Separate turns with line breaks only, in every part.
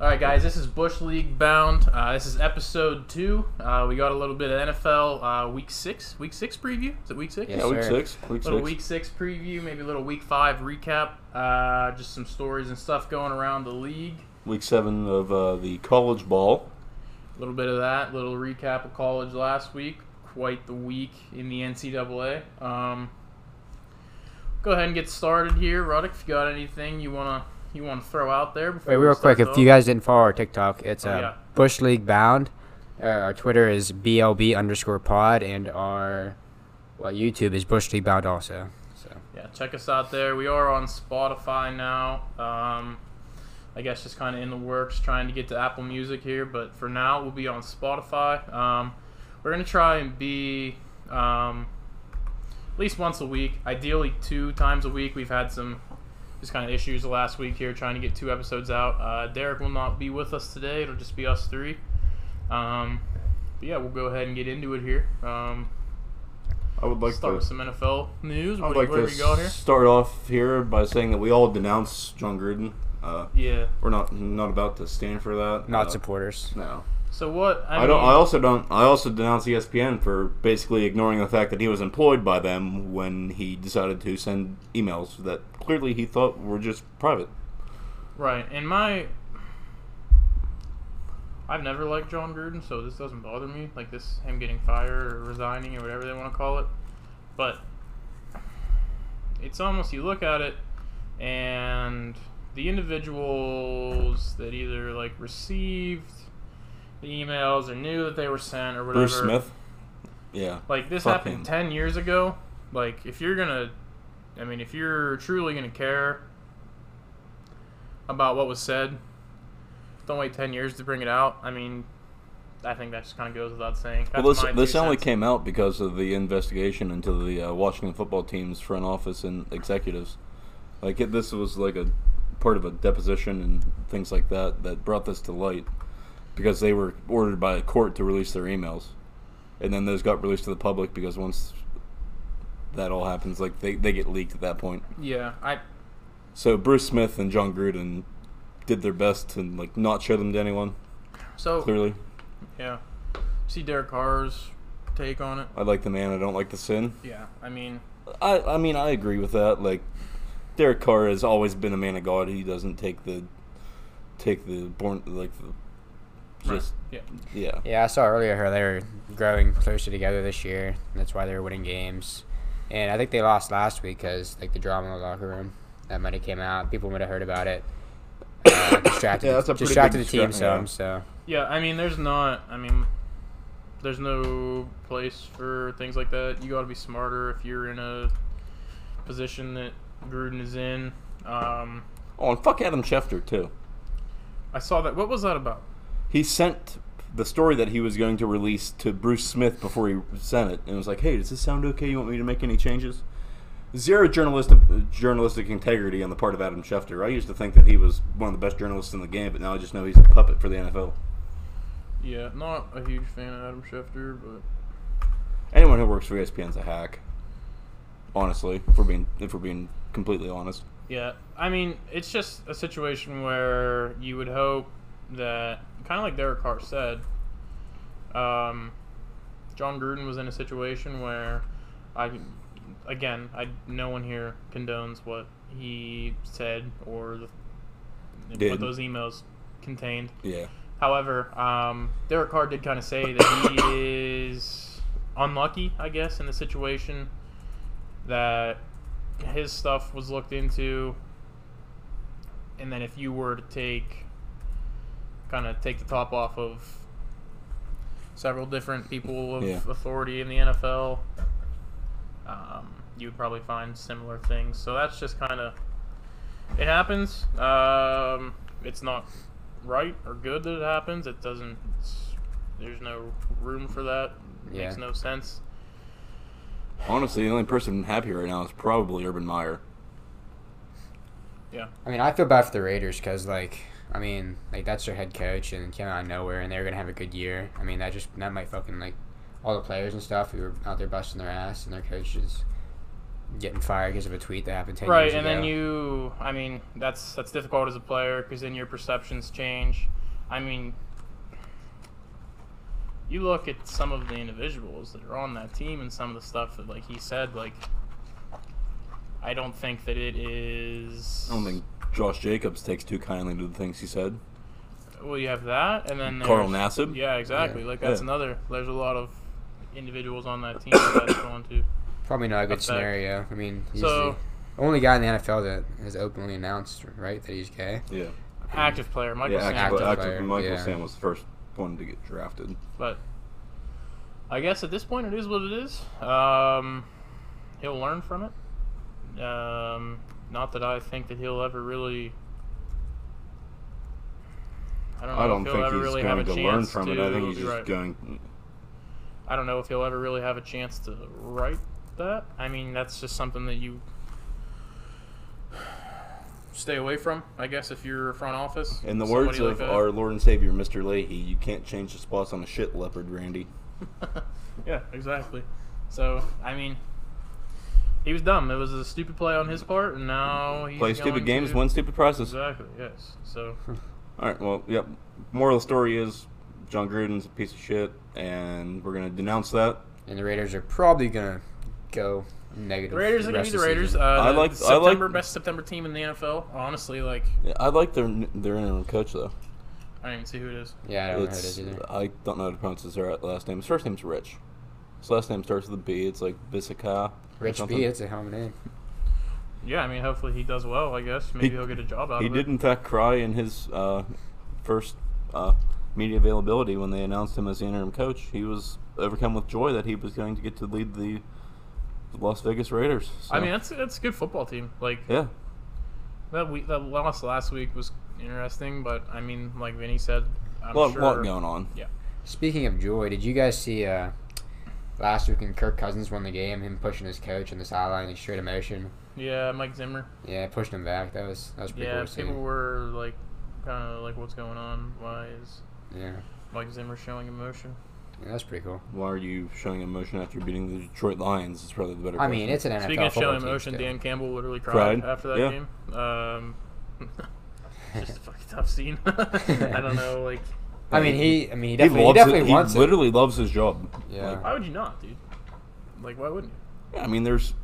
All right, guys, this is Bush League Bound. Uh, this is episode two. Uh, we got a little bit of NFL uh, week six, week six preview. Is it week six?
Yeah,
A
week
sir.
six. Week
little
six.
week six preview, maybe a little week five recap. Uh, just some stories and stuff going around the league.
Week seven of uh, the college ball.
A little bit of that, little recap of college last week. Quite the week in the NCAA. Um, go ahead and get started here, Ruddick. If you got anything you wanna you wanna throw out there, before
Wait,
we
real
start
quick, if
off?
you guys didn't follow our TikTok, it's
Oh,
uh,
yeah.
Bush League Bound. Uh, our Twitter is BLB underscore pod, and our well YouTube is Bush League Bound also. So
yeah, check us out there. We are on Spotify now. Um, I guess just kind of in the works, trying to get to Apple Music here, but for now we'll be on Spotify. Um, we're gonna try and be um, at least once a week, ideally two times a week. We've had some just kind of issues last week here, trying to get two episodes out. Uh, Derek will not be with us today; it'll just be us three. Um, but yeah, we'll go ahead and get into it here. Um,
I would like
start
to.
with some NFL news.
I
What,
would like
where
to
do we go here?
start off here by saying that we all denounce John Gruden. Uh,
Yeah.
we're not not about to stand for that.
not
uh,
supporters.
No.
So what? I,
I don't.
mean,
I also don't. I also denounce E ESPN for basically ignoring the fact that he was employed by them when he decided to send emails that clearly he thought were just private.
right. And my, I've never liked John Gruden, so this doesn't bother me. Like this, him getting fired or resigning or whatever they want to call it. But it's almost you look at it, and the individuals that either like received the emails or knew that they were sent or whatever.
Bruce Smith. Yeah.
Like this
Fuck
happened
him.
ten years ago. Like if you're gonna, I mean, if you're truly gonna care about what was said, don't wait ten years to bring it out. I mean, I think that just kind of goes without saying. That's
Well, this
my two
this only
cents.
came out because of the investigation into the uh, Washington football team's front office and executives. Like it, this was like a part of a deposition and things like that that brought this to light because they were ordered by a court to release their emails, and then those got released to the public because once that all happens, like they they get leaked at that point.
Yeah, I
So Bruce Smith and John Gruden did their best to like not show them to anyone.
so
Clearly,
yeah. See Derek Carr's take on it.
I like the man. I don't like the sin.
Yeah, I mean,
I, I mean, I agree with that. Like, Derek Carr has always been a man of God. He doesn't take the take the born like the
Right.
just
yeah.
yeah.
Yeah, I saw earlier how they were growing closer together this year. That's why they were winning games, and I think they lost last week because like the drama in the locker room that might have came out. People would have heard about it. Uh, distracted,
Yeah, that's a pretty
distracted the
big
team
distract-
some.
yeah.
So
Yeah, I mean, there's not. I mean, there's no place for things like that. You got to be smarter if you're in a position that Gruden is in. Um,
Oh, and fuck Adam Schefter too.
I saw that. What was that about?
He sent the story that he was going to release to Bruce Smith before he sent it, and was like, "Hey, does this sound okay? You want me to make any changes?" Zero journalistic journalistic integrity on the part of Adam Schefter. I used to think that he was one of the best journalists in the game, but now I just know he's a puppet for the NFL.
Yeah, not a huge fan of Adam Schefter, but
Anyone who works for E ESPN's a hack. Honestly, if we're being if we're being completely honest,
Yeah, I mean, it's just a situation where you would hope that, kind of like Derek Carr said, um, John Gruden was in a situation where, I, again, I no one here condones what he said or the,
Did.
what those emails contained.
yeah.
However, um, Derek Carr did kind of say that he is unlucky, I guess, in the situation that his stuff was looked into, and then if you were to take, kind of take the top off of several different people of
Yeah.
authority in the NFL, um, you would probably find similar things. So that's just kind of it happens. Um, it's not right or good that it happens. It doesn't. It's, there's no room for that. It
Yeah.
Makes no sense.
Honestly, the only person happy right now is probably Urban Meyer.
I mean, I feel bad for the Raiders because, like, I mean, like that's their head coach and it came out of nowhere, and they were gonna have a good year. I mean, that just that might fucking like all the players and stuff who were out there busting their ass and their coaches getting fired because of a tweet that happened ten
right,
years
and
ago.
then you, I mean, that's that's difficult as a player because then your perceptions change. I mean, you look at some of the individuals that are on that team and some of the stuff that, like he said, like I don't think that it is.
I don't think Josh Jacobs takes too kindly to the things he said.
Well, you have that, and then
Carl
there's-
Nassib?
Yeah, exactly.
Yeah.
Like that's
Yeah.
another. There's a lot of individuals on that team that that's going to.
Probably not a good
That's bad.
scenario. I mean, he's
So-
the only guy in the NFL that has openly announced, right, that he's gay.
Yeah.
Active player, Michael
yeah,
Sam.
active,
Active
active
player,
Michael
yeah.
Sam was the first one to get drafted.
But I guess at this point, it is what it is. Um, he'll learn from it. Um, not that I think that he'll ever really. I don't know
I don't
if he'll
think
ever
he's
really have
going
a
to
chance
learn from it. I think
to-
he's just
right.
going.
I don't know if he'll ever really have a chance to write that. I mean, that's just something that you stay away from, I guess, if you're a front office.
In the
Somebody
words
like
of
that.
our Lord and Savior, Mr. Leahy, you can't change the spots on a shit leopard, Randy.
yeah, exactly. So, I mean, he was dumb. It was a stupid play on his part, and now he's
Play
going
stupid games,
to-
win stupid prizes.
Exactly. Yes. So,
All right. Well, yep. Moral of the story is John Gruden's a piece of shit, and we're gonna denounce that.
And the Raiders are probably gonna go negative.
Raiders
the
are gonna
rest
be the
of season.
Raiders. Uh,
I
the-
like-
the
I like-
September best September team in the NFL. Honestly, like
Yeah, I like their their interim coach though.
I don't even see who it is.
yeah, I don't know who it
It's
is either.
I don't know how to pronounce his ra- last name. His first name's Rich. His last name starts with a B. It's like Bisica.
Rich B, it's a hell of a name.
Yeah, I mean, hopefully he does well. I guess maybe
He-
he, will get a job out
He
of it.
did in fact cry in his uh, first uh, media availability when they announced him as the interim coach. He was overcome with joy that he was going to get to lead the Las Vegas Raiders.
I
So,
mean, that's that's a good football team. Like
yeah,
that we that loss last week was interesting, but I mean, like Vinny said, I'm
a lot,
sure.
lot going on.
Speaking of joy, did you guys see uh, last week when Kirk Cousins won the game? Him pushing his coach on the sideline in straight emotion.
Yeah, Mike Zimmer.
Yeah, pushing him back. That was that was pretty
Yeah,
cool. to see.
people were like, kind of like, what's going on? Why is
Yeah,
Mike Zimmer showing emotion?
yeah that's pretty cool.
Why are you showing emotion after beating the Detroit Lions? Is probably the better.
I mean,
question.
it's an NFL
Speaking of
football
showing
team
emotion,
still.
Dan Campbell literally cried,
Cried?
after that
Yeah.
game. Um, just a fucking tough scene. I don't know, like,
I mean, he. I mean, he
he
definitely, he
loves
definitely
it. He
wants it.
literally loves his job.
Yeah.
Like,
why would you not, dude? Like, why wouldn't you?
I mean, there's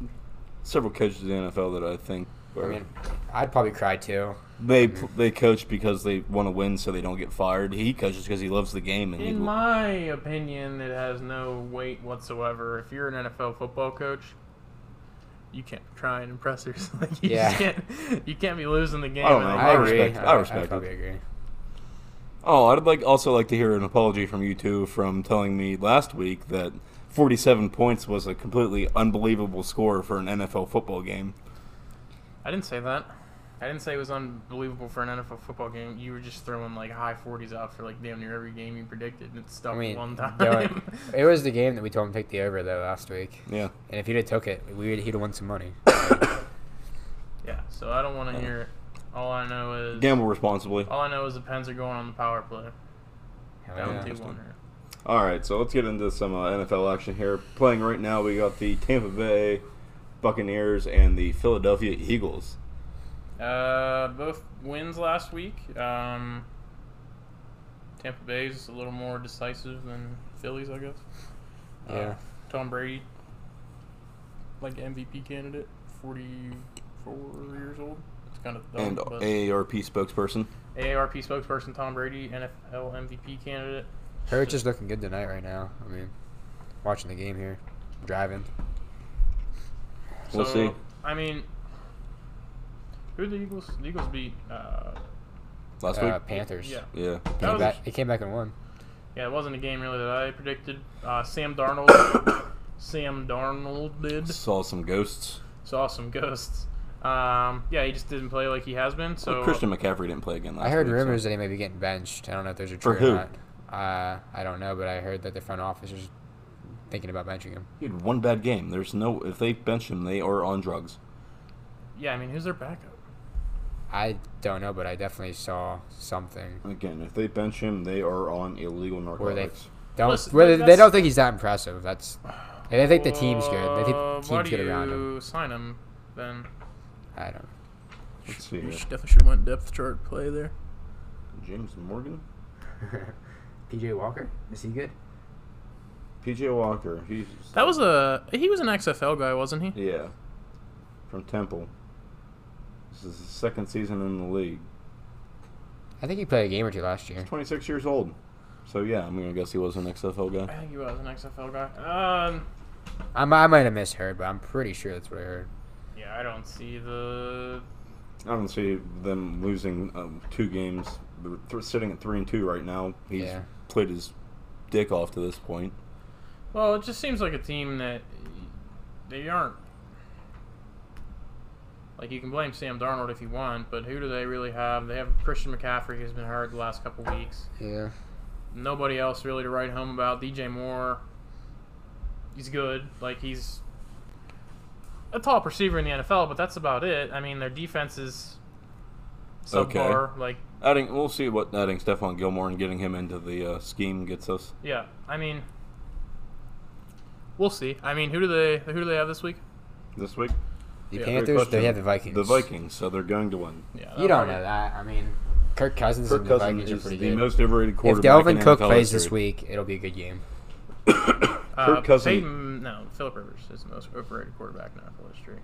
several coaches in the NFL that I think
I
are,
mean, I'd probably cry too.
they they coach because they want to win so they don't get fired. He coaches because he loves the game and he,
In my opinion, it has no weight whatsoever. If you're an NFL football coach, you can't try and impress yourself. Like, you,
Yeah.
just can't, you can't be losing the game.
don't
and
know.
then
I,
I
agree.
respect- I
I,
respect
I
it.
probably agree.
Oh, I'd like also like to hear an apology from you two from telling me last week that 47 points was a completely unbelievable score for an NFL football game.
I didn't say that. I didn't say it was unbelievable for an NFL football game. You were just throwing like high 40s out for like damn near every game you predicted, and it stuck
I mean,
one time.
don't- it was the game that we told him to take the over though last week,
Yeah.
and if he'd have took it, we would, he'd have won some money.
yeah, so I don't want to hear it. All I know is
Gamble responsibly.
all I know is the Pens are going on the power play.
Hell
Down
yeah.
two one. here.
All right, so let's get into some uh, NFL action here. Playing right now, we got the Tampa Bay Buccaneers and the Philadelphia Eagles.
Uh, both wins last week. Um, Tampa Bay's a little more decisive than Phillies, I guess. Uh,
Yeah.
Tom Brady, like MVP candidate, forty-four years old. It's kind of dumb,
and
but
AARP spokesperson.
AARP spokesperson Tom Brady, NFL MVP candidate.
Hurts is looking good tonight right now. I mean, watching the game here, driving.
We'll
so,
see.
I mean, who the Eagles? The Eagles beat. Uh,
Last
Uh,
week?
Panthers.
yeah,
Yeah.
That
Came
was-
back, he came back and won.
yeah. It wasn't a game really that I predicted. Uh, Sam Darnold. Sam Darnold did.
Saw some ghosts.
saw some ghosts. Um, yeah, he just didn't play like he has been. So
Well, Christian McCaffrey didn't play again last
I heard
week, so-
rumors that he may be getting benched. I don't know if those are true
For
or
who?
not. Uh, I don't know, but I heard that the front office is thinking about benching him.
Dude, one bad game. There's no. If they bench him, they are on drugs.
yeah, I mean, who's their backup?
I don't know, but I definitely saw something.
Again, if they bench him, they are on illegal
they-
narcotics.
Don't
Listen,
whether they
that's-
don't think he's that impressive. That's Like, I think the team's good. They think
Uh,
the
why
team's
do
good around him.
you sign him then?
I don't.
Let's see
You
here.
should, definitely should have went depth chart play there.
James Morgan,
PJ Walker is he good?
PJ Walker. He's
That was a he was an XFL guy, wasn't he?
yeah, from Temple. This is his second season in the league.
I think he played a game or two last year.
26 years old. So yeah, I'm gonna guess he was an XFL
I
guy.
think he was an XFL guy. Um,
I, mi- I might have misheard, but I'm pretty sure that's what I heard.
yeah, I don't see the
I don't see them losing um, two games. They're th- sitting at three and two right now. He's
Yeah.
played his dick off to this point.
Well, it just seems like a team that they aren't. Like you can blame Sam Darnold if you want, but who do they really have? They have Christian McCaffrey, who's been hurt the last couple weeks.
Yeah.
Nobody else really to write home about. DJ Moore, he's good. Like he's a tall receiver in the NFL, but that's about it. I mean, their defense is
Okay.
subpar. Like
Adding, we'll see what adding Stephon Gilmore and getting him into the uh, scheme gets us.
yeah, I mean, we'll see. I mean, who do they who do they have this week?
This week,
The
Yeah, great
Panthers. They
question.
have the Vikings.
the Vikings, so they're going to win.
Yeah,
You don't know that. I mean, Kirk Cousins
Kirk
and the
Cousins
Vikings are
is the
pretty good.
most overrated quarterback.
if Delvin
in
Cook
NFL
plays this
history.
week, it'll be a good game.
Uh,
Kirk Cousins-
Peyton- no, Philip Rivers is the most overrated quarterback in NFL history.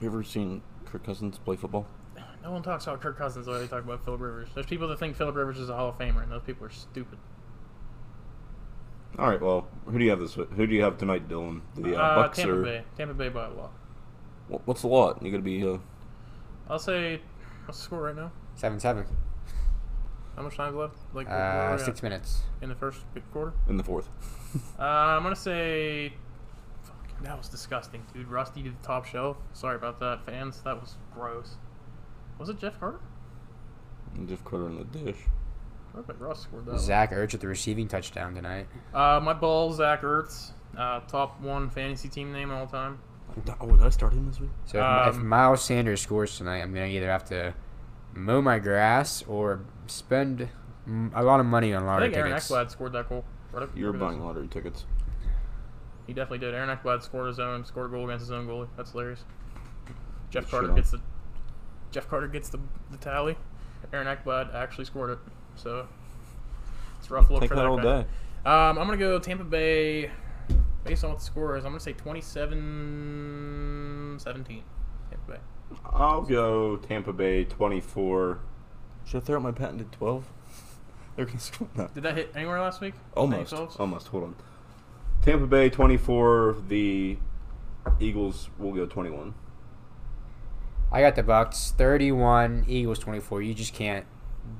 you ever seen Kirk Cousins play football?
No one talks about Kirk Cousins the way they talk about Philip Rivers. There's people that think Philip Rivers is a Hall of Famer, and those people are stupid.
All right. Well, who do you have this? week? Who do you have tonight, Dylan? The uh,
uh,
Bucks
Tampa
or
Bay, Tampa Bay by a lot.
Wha- what's the lot? You gonna be uh,
I'll say what's the score right now?
Seven seven.
How much time's left? Like where are
Uh,
we
six
at?
minutes.
in the first quarter.
in the fourth?
Uh, I'm gonna say, fuck, that was disgusting, dude. Rusty to the top shelf. Sorry about that, fans. That was gross. Was it Jeff Carter?
And Jeff Carter in the dish.
I don't think Russ scored that. one.
Zach Ertz with the receiving touchdown tonight.
Uh, my ball, Zach Ertz, uh, top one fantasy team name all time.
Oh, did I start him this week?
So if, if
Um,
Miles Sanders scores tonight, I'm gonna either have to mow my grass or spend mm, a lot of money on
I
lottery
think Aaron
tickets.
Eckblad scored that goal. Right up-
You're
look at
buying
this.
lottery tickets.
He definitely did. Aaron Eckblad scored his own, scored a goal against his own goalie. That's hilarious. Jeff
Good
Carter
shit on.
gets the Jeff Carter gets the, the tally. Aaron Eckblad actually scored it. So it's a rough look
Take
for
that all
guy.
day.
Um, I'm gonna go Tampa Bay. Based on what the score is, I'm gonna say 27-17. Tampa Bay.
I'll go Tampa Bay 24. Should I throw out my patent at 12? They're going to score that.
Did that hit anywhere last week?
Almost.
Themselves?
Almost. Hold on. Tampa Bay 24. The Eagles will go 21.
I got the Bucks 31, Eagles 24. You just can't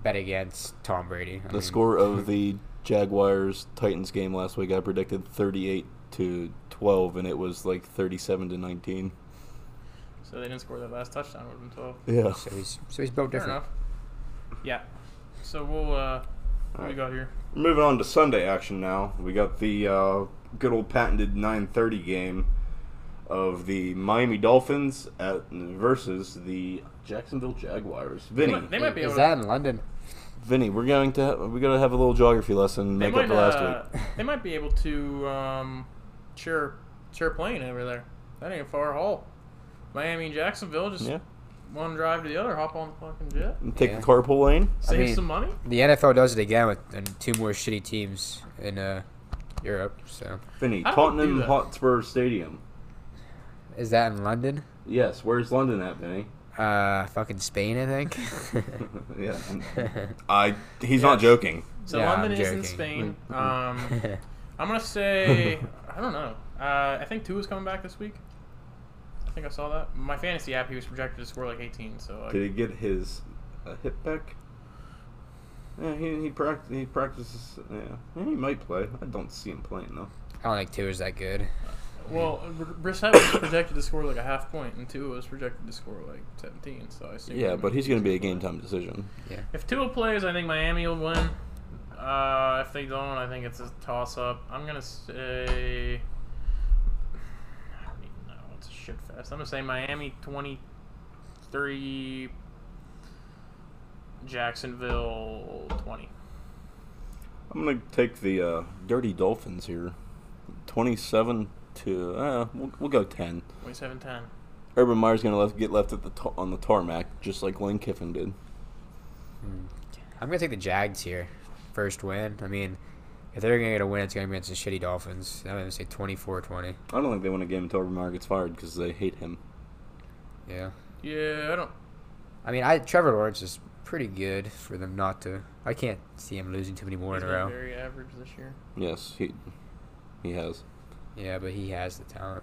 bet against Tom Brady. I
The
mean,
score of the Jaguars Titans game last week, I predicted 38 to 12, and it was like 37 to 19.
So they didn't score that last touchdown. Would have been 12.
Yeah.
So he's so he's built
Fair
different.
enough. Yeah. So we'll uh, what do we
Alright.
got here?
Moving on to Sunday action now. We got the uh, good old patented 9:30 game of the Miami Dolphins at versus the Jacksonville Jaguars. Vinny,
might- They might be
Is
able
that in London?
Vinny, we're going to have, we got to have a little geography lesson and
They
make
might,
up for last
uh,
week.
they might be able to um, share share a plane over there. That ain't a far haul. Miami and Jacksonville, just
Yeah,
one drive to the other, hop on the fucking jet,
And take
Yeah.
the carpool lane.
save
mean-
some money.
The NFL does it again with uh, two more shitty teams in uh, Europe. So
How do we do
Vinny, Tottenham
that?
Hotspur Stadium.
is that in London?
Yes, where's London at, Vinny?
Uh, fucking Spain, I think.
yeah, I. He's
Yes.
not joking.
So
Yeah,
London is
I'm
in
joking.
Spain. Um, I'm gonna say I don't know. Uh, I think two is coming back this week. I think I saw that. My fantasy app, he was projected to score like 18. So uh,
Did he get his uh, hip back? Yeah, he he, pract- he practices. Yeah. yeah, he might play. I don't see him playing though.
I don't think two is that good.
well, R- Brissett was projected to score like a half point, and Tua was projected to score like 17. So I assume.
Yeah, but he's going to be a game time decision.
If Tua plays, I think Miami will win. Uh, if they don't, I think it's a toss up. I'm gonna say. I don't even know. It's a shit fest. I'm gonna say Miami 23, Jacksonville 20.
I'm going to take the uh, Dirty Dolphins here, twenty-seven to uh, we'll, we'll go ten.
27 10.
Urban Meyer's gonna left, get left at the ta- on the tarmac, just like Lane Kiffin did.
I'm gonna take the Jags here. First win. I mean, if they're gonna get a win, it's gonna be against the shitty Dolphins. I'm gonna say 24-20.
I don't think they win a game until Urban Meyer gets fired because they hate him.
Yeah.
Yeah, I don't.
I mean, I Trevor Lawrence is pretty good for them not to. I can't see him losing too many more
He's
in a
been
row.
very average this year.
Yes, he he has.
Yeah, but he has the talent.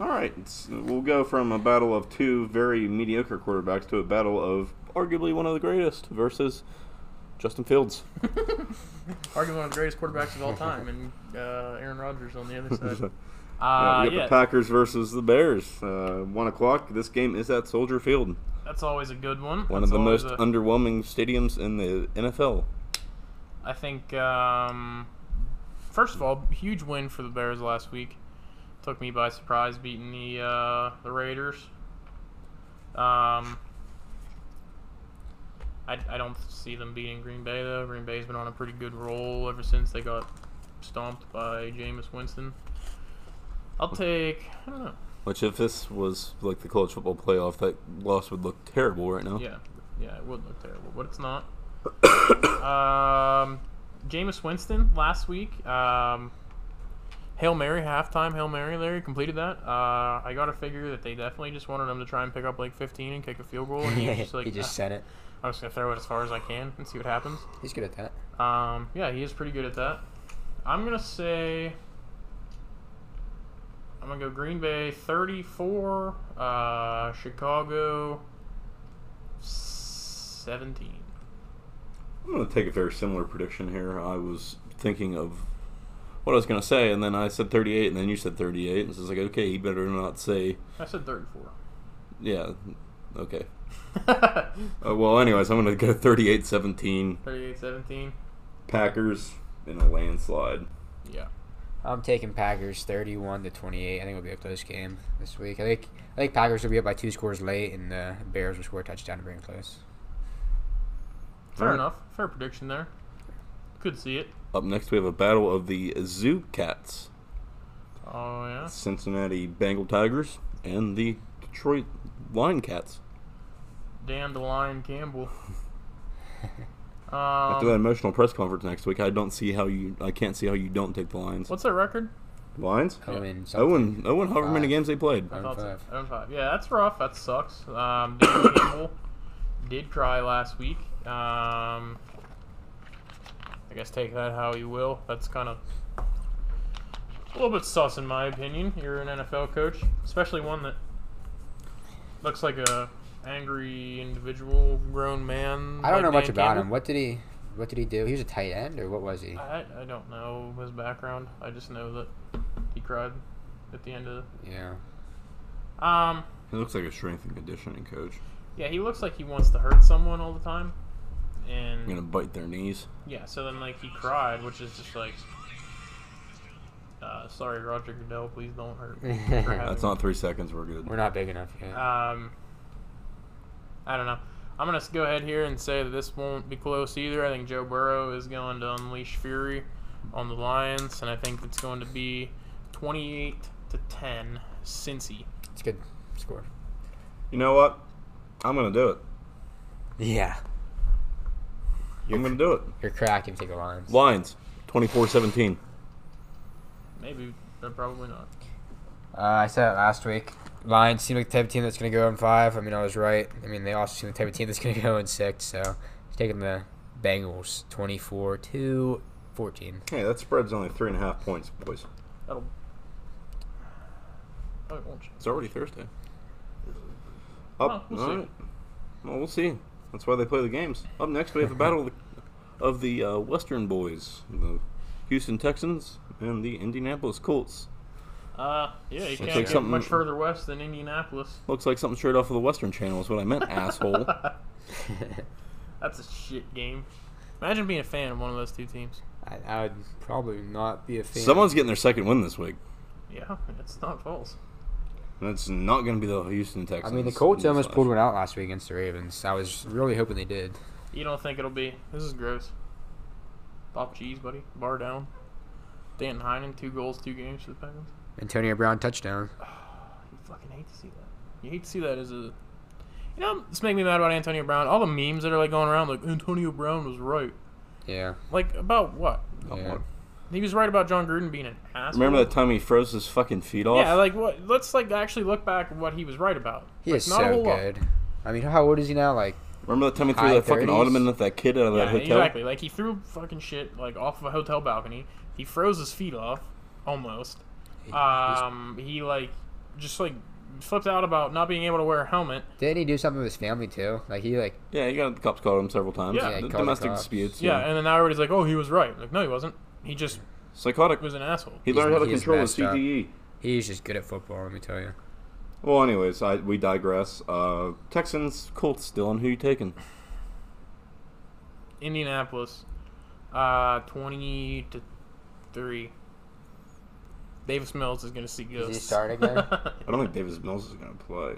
All right, it's, we'll go from a battle of two very mediocre quarterbacks to a battle of arguably one of the greatest versus Justin Fields.
Arguably one of the greatest quarterbacks of all time, and uh, Aaron Rodgers on the other side.
Yeah,
Uh,
we got
yeah,
the Packers versus the Bears. Uh, one o'clock. This game is at Soldier Field, one
that's always a good one.
of
That's
the
always
most
a-
underwhelming stadiums in the NFL.
I think, um, first of all, huge win for the Bears last week. Took me by surprise beating the uh, the Raiders. Um, I, I don't see them beating Green Bay though. Green Bay's been on a pretty good roll ever since they got stomped by Jameis Winston. I'll take. I don't know.
Which, if this was like the college football playoff, that loss would look terrible right now.
Yeah, yeah, it would look terrible, but it's not. um, Jameis Winston last week, um, Hail Mary halftime, Hail Mary. Larry completed that. Uh, I gotta figure that they definitely just wanted him to try and pick up like 15 and kick a field goal, and he was just like,
he just
"Ah,
sent it.
I'm just gonna throw it as far as I can and see what happens.
He's good at that.
Um, yeah, he is pretty good at that. I'm gonna say. I'm gonna go Green Bay 34, uh, Chicago 17.
I'm going to take a very similar prediction here. I was thinking of what I was going to say, and then I said 38, and then you said 38, and so it's like, okay, he better not say,
I said 34.
yeah, okay. Uh, well, anyways, I'm going to go 38 17
38 17.
Packers in a landslide.
Yeah.
I'm taking Packers 31 to 28. I think it'll be a close game this week. I think I think Packers will be up by two scores late, and the Bears will score a touchdown to bring it close.
Fair
Alright.
enough. Fair prediction there. Could see it.
Up next, we have a battle of the Zoo Cats,
Oh, yeah.
Cincinnati Bengal Tigers, and the Detroit Lion Cats.
Damn the Lion Campbell. Um,
After that emotional press conference next week, I don't see how you. I can't see how you don't take the Lions.
what's their record?
Lions?
Yeah.
Owen, something.
Owen. Owen. However many
Five.
games they played.
I
Own
thought so.
five.
Own Oh, five. Yeah, that's rough. That sucks. Um, Dan Campbell did cry last week. Um, I guess take that how you will. That's kind of a little bit sus, in my opinion. You're an NFL coach, especially one that looks like a angry individual, grown man.
I
like
don't know much
Dan
about
Campbell.
him. What did he What did he do? He was a tight end, or what was he?
I, I don't know his background. I just know that he cried at the end of.
Yeah.
The, um.
He looks like a strength and conditioning coach.
Yeah, he looks like he wants to hurt someone all the time.
I'm
And
gonna bite their knees.
yeah, so then like he cried, which is just like, uh, sorry, Roger Goodell, please don't hurt me. for having
That's not three seconds. We're good.
We're not big enough yet.
Um, I don't know. I'm gonna s- go ahead here and say that this won't be close either. I think Joe Burrow is going to unleash fury on the Lions, and I think it's going to be 28 to 10, Cincy.
it's good score.
You know what? I'm gonna do it.
Yeah.
I'm gonna do it.
You're cracked if you take the Lions.
Lions, 24-17.
Maybe, but probably not.
Uh, I said it last week. Lions seem like the type of team that's going to go in five. I mean, I was right. I mean, they also seem the type of team that's going to go in six. So, he's taking the Bengals 24 to 14.
Hey, that spread's only three and a half points, boys.
That'll. Oh, it won't change.
It's already Thursday.
Oh,
Up.
we'll
all
see.
right. Well, we'll see. That's why they play the games. Up next, we have a battle of the, of the uh, Western boys, the Houston Texans and the Indianapolis Colts.
Uh, yeah, you
So
can't
take
get
something-
much further west than Indianapolis.
Looks like something straight off of the Western Channel is what I meant, asshole.
That's a shit game. Imagine being a fan of one of those two teams.
I, I would probably not be a fan.
Someone's getting their second win this week.
Yeah, it's not false.
And it's not going to be the Houston
I
Texans.
mean, the Colts almost
Newsflash.
pulled one out last week against the Ravens. I was really hoping they did.
You don't think it'll be? This is gross. Pop cheese, buddy. Bar down. Danton Heinen, two goals, two games for the Penguins.
Antonio Brown touchdown.
You fucking hate to see that. You hate to see that as a. You know, it's making me mad about Antonio Brown. All the memes that are like going around, like Antonio Brown was right.
Yeah.
Like about what?
yeah.
He was right about John Gruden being an asshole.
Remember that time he froze his fucking feet off?
Yeah, like what? Let's like actually look back at what he was right about.
He
Like,
is
not a
so
whole lot.
good. I mean, how old is he now? Like,
Remember that time he threw
High
that fucking
30s?
ottoman at that kid out of that
Yeah,
hotel?
exactly. Like he threw fucking shit like off of a hotel balcony. He froze his feet off, almost. Um, he like just like flipped out about not being able to wear a helmet.
didn't he do something with his family too? Like he like
Yeah, he got the cops caught him several times.
Yeah.
Yeah, he
D-
called the
domestic
cops.
disputes.
Yeah, and then now everybody's like, "Oh, he was right." Like, no, he wasn't. He just
Psychotic.
was an asshole.
He
He's-
learned how to
he's
control his
messed up.
CTE.
he's just good at football. Let me tell you.
Well, anyways, I, we digress. Uh, Texans, Colts, Dylan, who you taking?
Indianapolis, uh, twenty to three. Davis Mills is gonna see ghosts.
start again?
I don't think Davis Mills is going to play.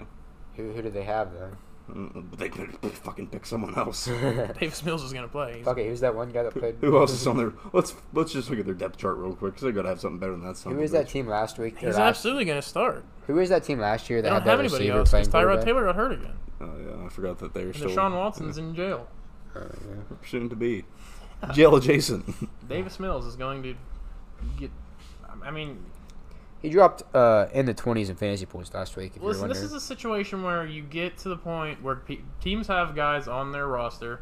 Who who do they have though?
Mm, They could fucking pick someone else.
Davis Mills is gonna play. He's-
Fuck it. Who's that one guy that played?
Who else is on their? Let's let's just look at their depth chart real quick because they got to have something better than that. son
Who
of a
was that
bitch.
team last week? or
He's
last-
absolutely gonna start.
who was that team last year
They
that
don't
had
have
that
anybody
receiver
else because Tyrod
playing quarterback?
Taylor got hurt again.
Oh yeah, I forgot that they were
And
still.
Deshaun Watson's in jail.
Oh, yeah.
soon to be jail adjacent.
Davis Mills is going to get. I mean,
He dropped uh, in the twenties in fantasy points last week.
listen,
If you're
this
wondering,
is a situation where you get to the point where pe- teams have guys on their roster,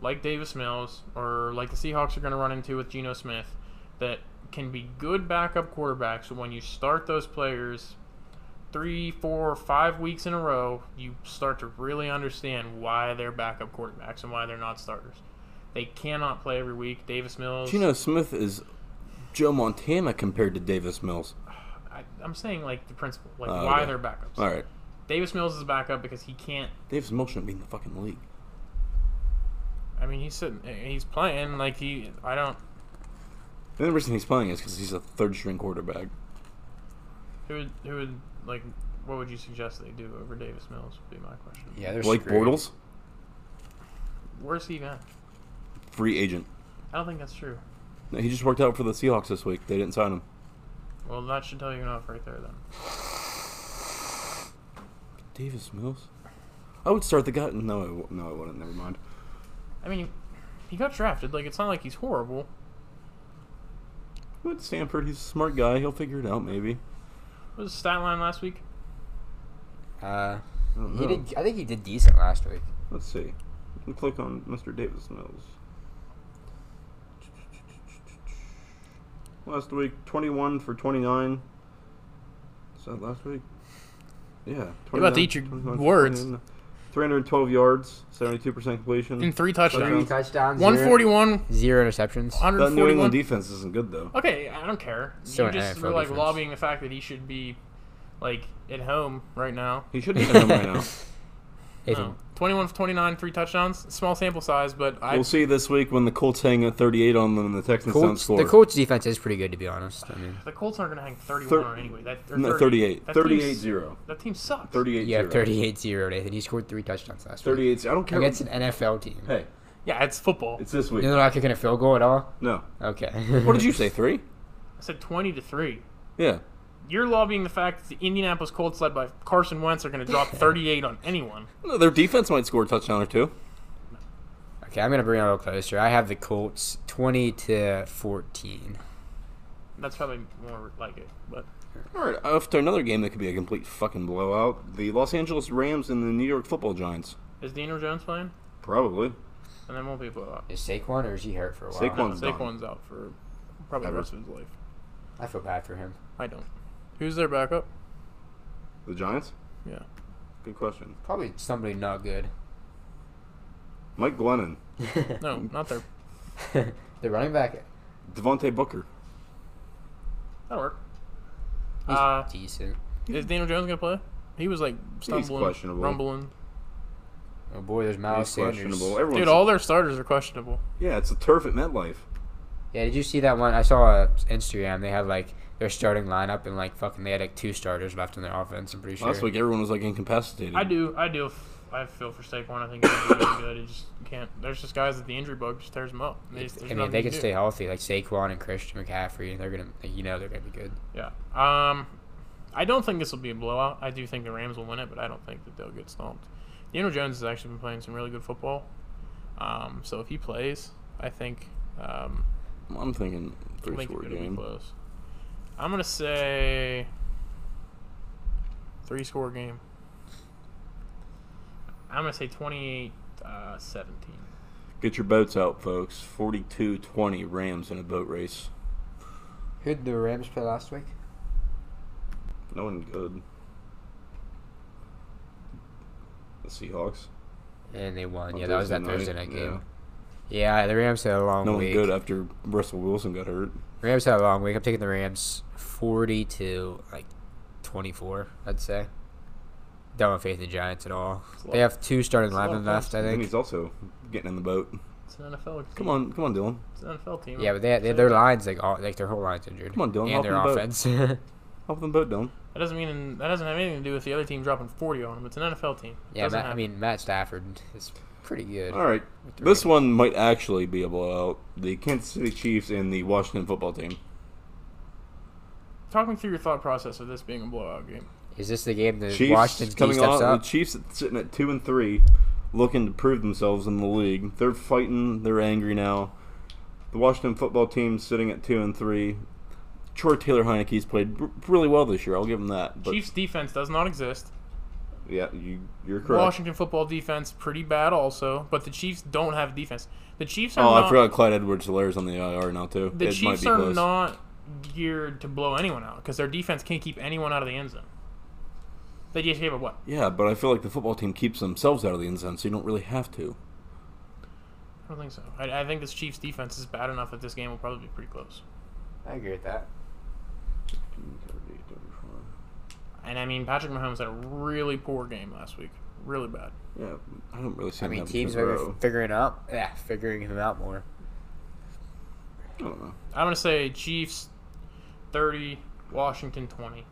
like Davis Mills, or like the Seahawks are going to run into with Geno Smith, that can be good backup quarterbacks. When you start those players three, four, five weeks in a row, you start to really understand why they're backup quarterbacks and why they're not starters. They cannot play every week. Davis Mills.
Geno Smith is Joe Montana compared to Davis Mills.
I, I'm saying like the principle, like
Oh,
why
okay.
they're backups.
All right,
Davis Mills is a backup because he can't.
Davis Mills shouldn't be in the fucking league.
I mean, he's sitting, he's playing like he. I don't.
The only reason he's playing is because he's a third string quarterback.
Who would who would like? What would you suggest they do over Davis Mills? Would be my question.
yeah, they're
Blake
screwed.
Bortles,
Where's he at?
free agent.
I don't think that's true.
No, He just worked out for the Seahawks this week. They didn't sign him.
Well, that should tell you enough right there. Then
Davis Mills. I would start the guy. No, I, w- no, I wouldn't. Never mind.
I mean, he got drafted. Like it's not like he's horrible.
But Stanford, he's a smart guy. He'll figure it out. Maybe.
What was his stat line last week?
Uh,
I don't
he
know.
Oh.
did. I think he did decent last week.
Let's see. We click on Mr. Davis Mills. Last week, 21 for 29. Is that last week? Yeah.
You're about to eat your
29 for
words.
29. 312 yards, 72% completion.
In three
Three
touchdowns,
touchdowns.
one forty
zero-
one,
Zero interceptions.
that New
141.
England defense isn't good, though.
Okay, I don't care.
Still
you
an
just
NFL
were like
defense.
lobbying the fact that he should be like at home right now.
He should be at home right now.
If
No. 21 for 29, three touchdowns. Small sample size, but I.
We'll see this week when the Colts hang a 38 on them and the
he-
Texans don't
Colts,
score.
the Colts defense is pretty good to be honest. I mean,
The Colts aren't going to hang 31
Thir-
on anyway. That, or
No,
30.
38.
That team-
38 0.
That team sucks.
38
you have 38-0, Nathan. He scored three touchdowns last week
38 I don't care.
against an NFL team.
Hey,
Yeah, it's football.
it's this week.
You're not kicking a field goal at all.
No.
Okay.
What did you say? Three?
I said 20 to 3.
Yeah.
You're lobbying the fact that the Indianapolis Colts, led by Carson Wentz, are going to drop 38 on anyone.
No, their defense might score a touchdown or two.
Okay, I'm gonna bring it a little closer. I have the Colts twenty to fourteen.
That's probably more like it. But
All right, after another game that could be a complete fucking blowout, the Los Angeles Rams and the New York Football Giants.
is Daniel Jones playing?
Probably.
And then won't be a blowout.
Is Saquon or is he hurt for a while?
No,
Saquon's done.
Saquon's out for probably the
Ever.
rest of his life.
I feel bad for him.
I don't. Who's their backup?
The Giants?
Yeah.
Good question.
Probably somebody not good.
Mike Glennon.
No,
Mm.
not their.
the running back,
Devontae Booker.
That'll work.
he's
Uh,
decent.
Is Daniel Jones gonna play? He was like stumbling,
questionable.
rumbling.
Oh boy, there's Miles
He's
Sanders.
questionable. Everyone's,
Dude, all their starters are questionable.
yeah, it's a turf at MetLife.
Yeah, did you see that one? I saw uh, Instagram. They had like their starting lineup and like fucking they had like two starters left in their offense. I'm pretty sure.
Last week, everyone was like incapacitated.
I do, I do. I feel for Saquon. I think he's gonna be really good. He just can't. There's just guys that the injury bug just tears them up. They just- there's
I mean,
nothing
if they
you
can
do.
stay healthy, like Saquon and Christian McCaffrey, they're gonna, like, you know, they're gonna be good.
Yeah. Um, I don't think this will be a blowout. I do think the Rams will win it, but I don't think that they'll get stomped. Daniel Jones has actually been playing some really good football. Um, so if he plays, I think um,
I'm thinking
I
three
think
score
it'll be
game.
close. I'm gonna say three score game. I'm gonna say 28 uh, 17.
Get your boats out, folks. 42-20 Rams in a boat race.
Who did the Rams play last week?
No one good. The Seahawks.
And they won.
on
Yeah, that was that Thursday night
Oh, Yeah.
game. Yeah, the Rams had a long
No one
week.
good after Russell Wilson got hurt.
Rams had a long week. I'm taking the Rams 40 to like 24, I'd say. Don't have faith in the Giants at all.
a
They
lot.
have two starting
It's a lot
eleven
of
left, I
And
think.
he's also getting in the boat.
It's an NFL. Team.
Come on, come on, Dylan.
it's an NFL team.
Yeah, but they, they their lines like all like their whole lines injured.
Come on, Dylan,
and
help
their
them both.
offense.
Help them boat, Dylan.
that doesn't mean that doesn't have anything to do with the other team dropping 40 on them. It's an NFL team. It
yeah,
doesn't
Matt, I
happen.
mean Matt Stafford is pretty good.
All right,
with the
this
Rams.
one might actually be a blowout. The Kansas City Chiefs and the Washington Football Team.
Talk me through your thought process of this being a blowout game.
is this the game that
Chiefs
Washington D
coming
steps
off.
up?
The Chiefs sitting at two and three, looking to prove themselves in the league. They're fighting. They're angry now. The Washington Football Team sitting at two and three. Troy Taylor Heineke's played r- really well this year. I'll give him that. But
Chiefs defense does not exist.
yeah, you you're correct.
Washington football defense pretty bad also, but the Chiefs don't have defense. The Chiefs are
Oh,
not
I forgot Clyde edwards hilaire's on the IR now too.
the
it might
Chiefs
be
are
close.
not geared to blow anyone out because their defense can't keep anyone out of the end zone. They just gave up what?
Yeah, but I feel like the football team keeps themselves out of the end zone, so you don't really have to.
I don't think so. I, I think this Chiefs defense is bad enough that this game will probably be pretty close.
I agree with that.
And I mean, Patrick Mahomes had a really poor game last week, really bad.
Yeah, I don't really see.
I
him
mean
having
teams
two in a
are
row.
figuring out yeah, figuring him out more.
I don't know.
I'm gonna say Chiefs thirty, Washington twenty.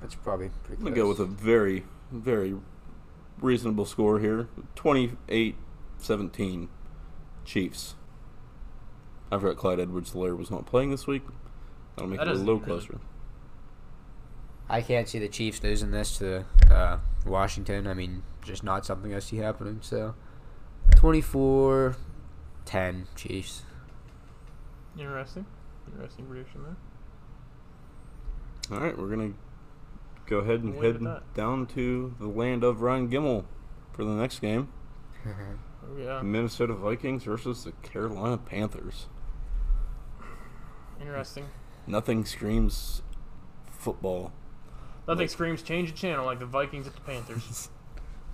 That's probably pretty
I'm
close.
gonna go with a very, very reasonable score here: 28-17 Chiefs. I forgot Clyde edwards hilaire was not playing this week. That'll make
That
it a
doesn't-
little closer.
I can't see the Chiefs losing this to uh, Washington. I mean, just not something I see happening. So, 24 10 Chiefs.
Interesting, interesting prediction there.
All right, we're gonna go ahead and
We'll leave
head
it at that.
down to the land of Ryan Gimmel for the next game.
Oh, yeah,
Minnesota Vikings versus the Carolina Panthers.
interesting.
Nothing screams football.
Nothing screams change the channel like the Vikings at the Panthers.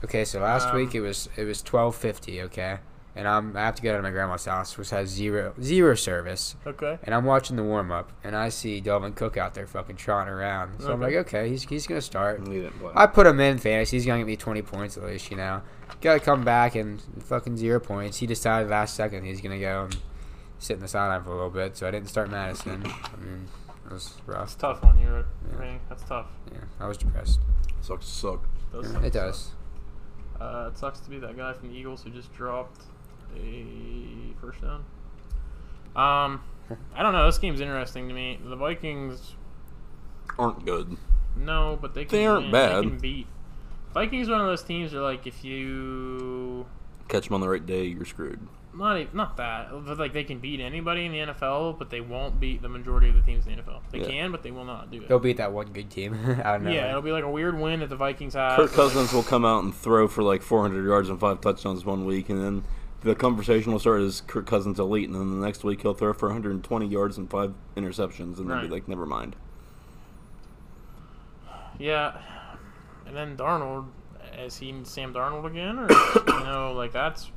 Okay, so last
Um,
week it was it was 12:50, okay? And I'm I have to go to my grandma's house, which has zero zero service.
Okay.
And I'm watching the warm up, and I see Delvin Cook out there fucking trotting around. So I'm like,
Okay.
okay, he's he's gonna start.
They didn't play.
I put him in fantasy. He's gonna give me twenty points at least, you know. Gotta come back and fucking zero points. He decided last second he's gonna go and sit in the sideline for a little bit, so I didn't start Madison. I mean, it was
It's
rough.
tough on you,
Yeah.
Ring. That's tough.
Yeah, I was depressed.
Sucks to suck.
Those
Yeah,
suck.
it does.
Uh, it sucks to be that guy from the Eagles who just dropped a first down. Um, I don't know. This game's interesting to me. The Vikings,
Aren't good.
no, but they can.
They aren't
win.
bad.
They can beat. Vikings are one of those teams where, like, if you
Catch them on the right day, you're screwed.
not e- not that, but like they can beat anybody in the NFL, but they won't beat the majority of the teams in the NFL. They
Yeah.
can, but they will not do it.
They'll beat that one good team. I don't know.
yeah, it'll be like a weird win that the Vikings have.
Kirk Cousins will come out and throw for like 400 yards and five touchdowns one week, and then the conversation will start as Kirk Cousins elite, and then the next week he'll throw for 120 yards and five interceptions, and then
Right.
be like, never mind.
Yeah, and then Darnold, is he Sam Darnold again, or you know, like that's.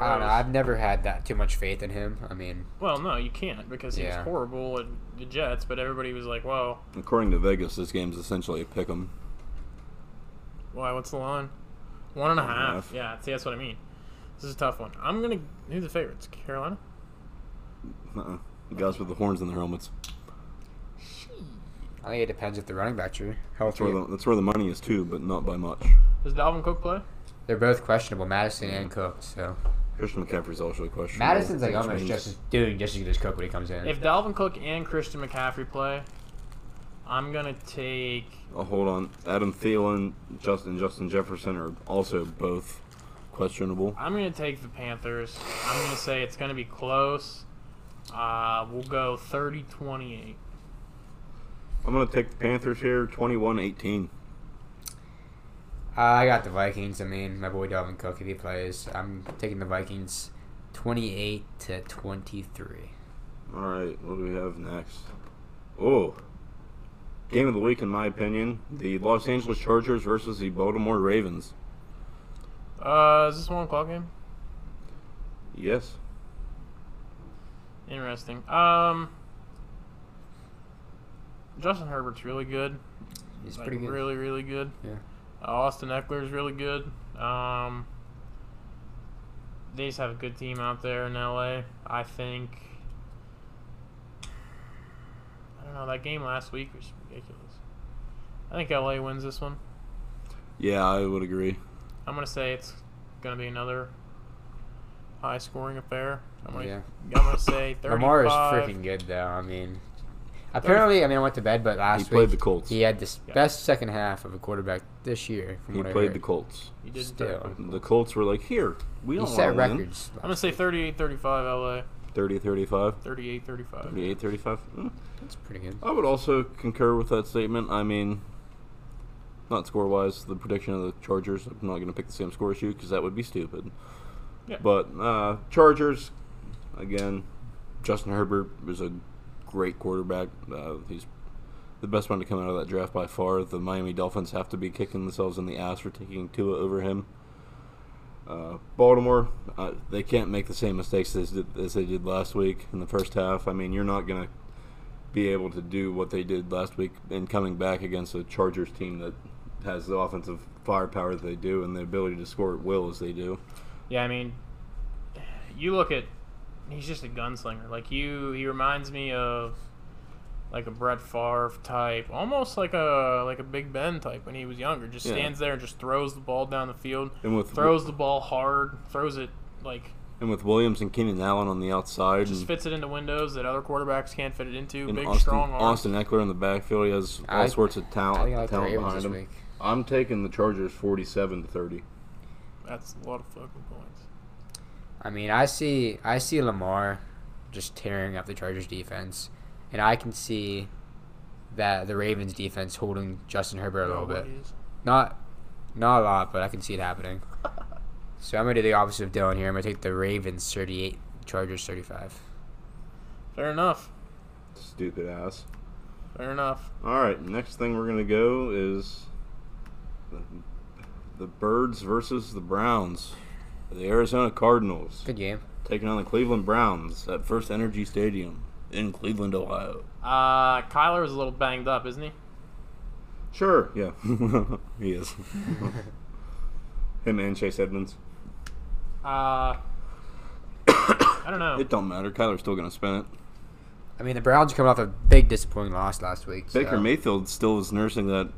I don't know.
gross.
I've never had that too much faith in him. I mean,
Well, no, you can't because he
Yeah.
was horrible at the Jets, but everybody was like, "Well,
According to Vegas, this game's essentially a pick 'em.
why? What's the line? One and a
One and a
half."
half.
Yeah, see, that's what I mean. This is a tough one. I'm gonna who's the favorites? Carolina.
Uh-uh. The guys with the horns in their helmets.
I think it depends if the running backs are
That's where
healthy.
the, that's where the money is too, but not by much.
Does Dalvin Cook play?
They're both questionable, Madison and Cook. So
Christian McCaffrey's also a question.
Madison's like almost just as doing just as good as Cook when he comes in.
If Dalvin Cook and Christian McCaffrey play, I'm gonna take.
Oh, hold on. Adam Thielen, Justin, Justin Jefferson are also both questionable.
I'm gonna take the Panthers. I'm gonna say it's gonna be close. Uh, we'll go 30-28.
I'm gonna take the Panthers here, 21-18.
Uh, I got the Vikings. I mean, my boy Dalvin Cook, if he plays, I'm taking the Vikings, twenty-eight to twenty-three.
All right, what do we have next? Oh, game of the week, in my opinion, the Los Angeles Chargers versus the Baltimore Ravens.
Uh, is this one o'clock game?
Yes,
Interesting. Um, Justin Herbert's really good.
He's
Like,
pretty good.
Really, really good.
Yeah.
Uh, Austin Eckler's really good. Um, they just have a good team out there in LA. I think. I don't know. That game last week was ridiculous. I think LA wins this one.
yeah, I would agree.
I'm gonna say it's gonna be another high-scoring affair. I'm gonna,
Yeah.
I'm gonna say 35.
Lamar is freaking good, though. I mean, apparently, I mean, I went to bed, but
He
last
played the
week
Colts.
he had the s
Yeah.
best second half of a quarterback this year. From
He
what
played
I
the
heard.
Colts.
He did
Still.
I'm
The Colts were like, here, we
He
don't
set
want to win.
records.
gonna say 38-35 LA.
30-35,
38-35.
38-35. Mm,
That's pretty good.
I would also concur with that statement. I mean, not score wise, the prediction of the Chargers. I'm not going to pick the same score as you because that would be stupid.
Yeah.
But uh, Chargers, again, Justin Herbert is a great quarterback. Uh, he's the best one to come out of that draft by far. The Miami Dolphins have to be kicking themselves in the ass for taking Tua over him. Uh, Baltimore, uh, they can't make the same mistakes as, did- as they did last week in the first half. I mean, you're not going to be able to do what they did last week and coming back against a Chargers team that has the offensive firepower that they do and the ability to score at will as they do.
Yeah, I mean, you look at he's just a gunslinger. Like you, he reminds me of like a Brett Favre type, almost like a like a Big Ben type when he was younger. Just
Yeah.
stands there and just throws the ball down the field,
And with
throws the ball hard, throws it like
and with Williams and Keenan Allen on the outside
just
and,
fits it into windows that other quarterbacks can't fit it into.
and
Big
Austin,
strong arm.
Austin Eckler in the backfield, he has all
I-
sorts of
I think I
talent,
like the
talent
Ravens
behind
this
him.
week.
I'm taking the Chargers 47 to 30.
That's a lot of fucking points.
I mean, I see, I see Lamar just tearing up the Chargers defense, and I can see that the Ravens defense holding Justin Herbert a little bit.
Nobodies.
Not, not a lot, but I can see it happening. So I'm gonna do the opposite of Dylan here. I'm gonna take the Ravens 38, Chargers 35.
Fair enough.
Stupid ass.
Fair enough.
All right, next thing we're gonna go is the, the Birds versus the Browns, the Arizona Cardinals.
Good game.
taking on the Cleveland Browns at First Energy Stadium in Cleveland, Ohio.
Uh, Kyler is a little banged up, isn't he?
Sure, yeah, he is. Him and Chase Edmonds.
Uh, I don't know.
It don't matter. Kyler's still gonna spin it.
I mean, the Browns are coming off a big disappointing loss last week. so
Baker Mayfield still is nursing that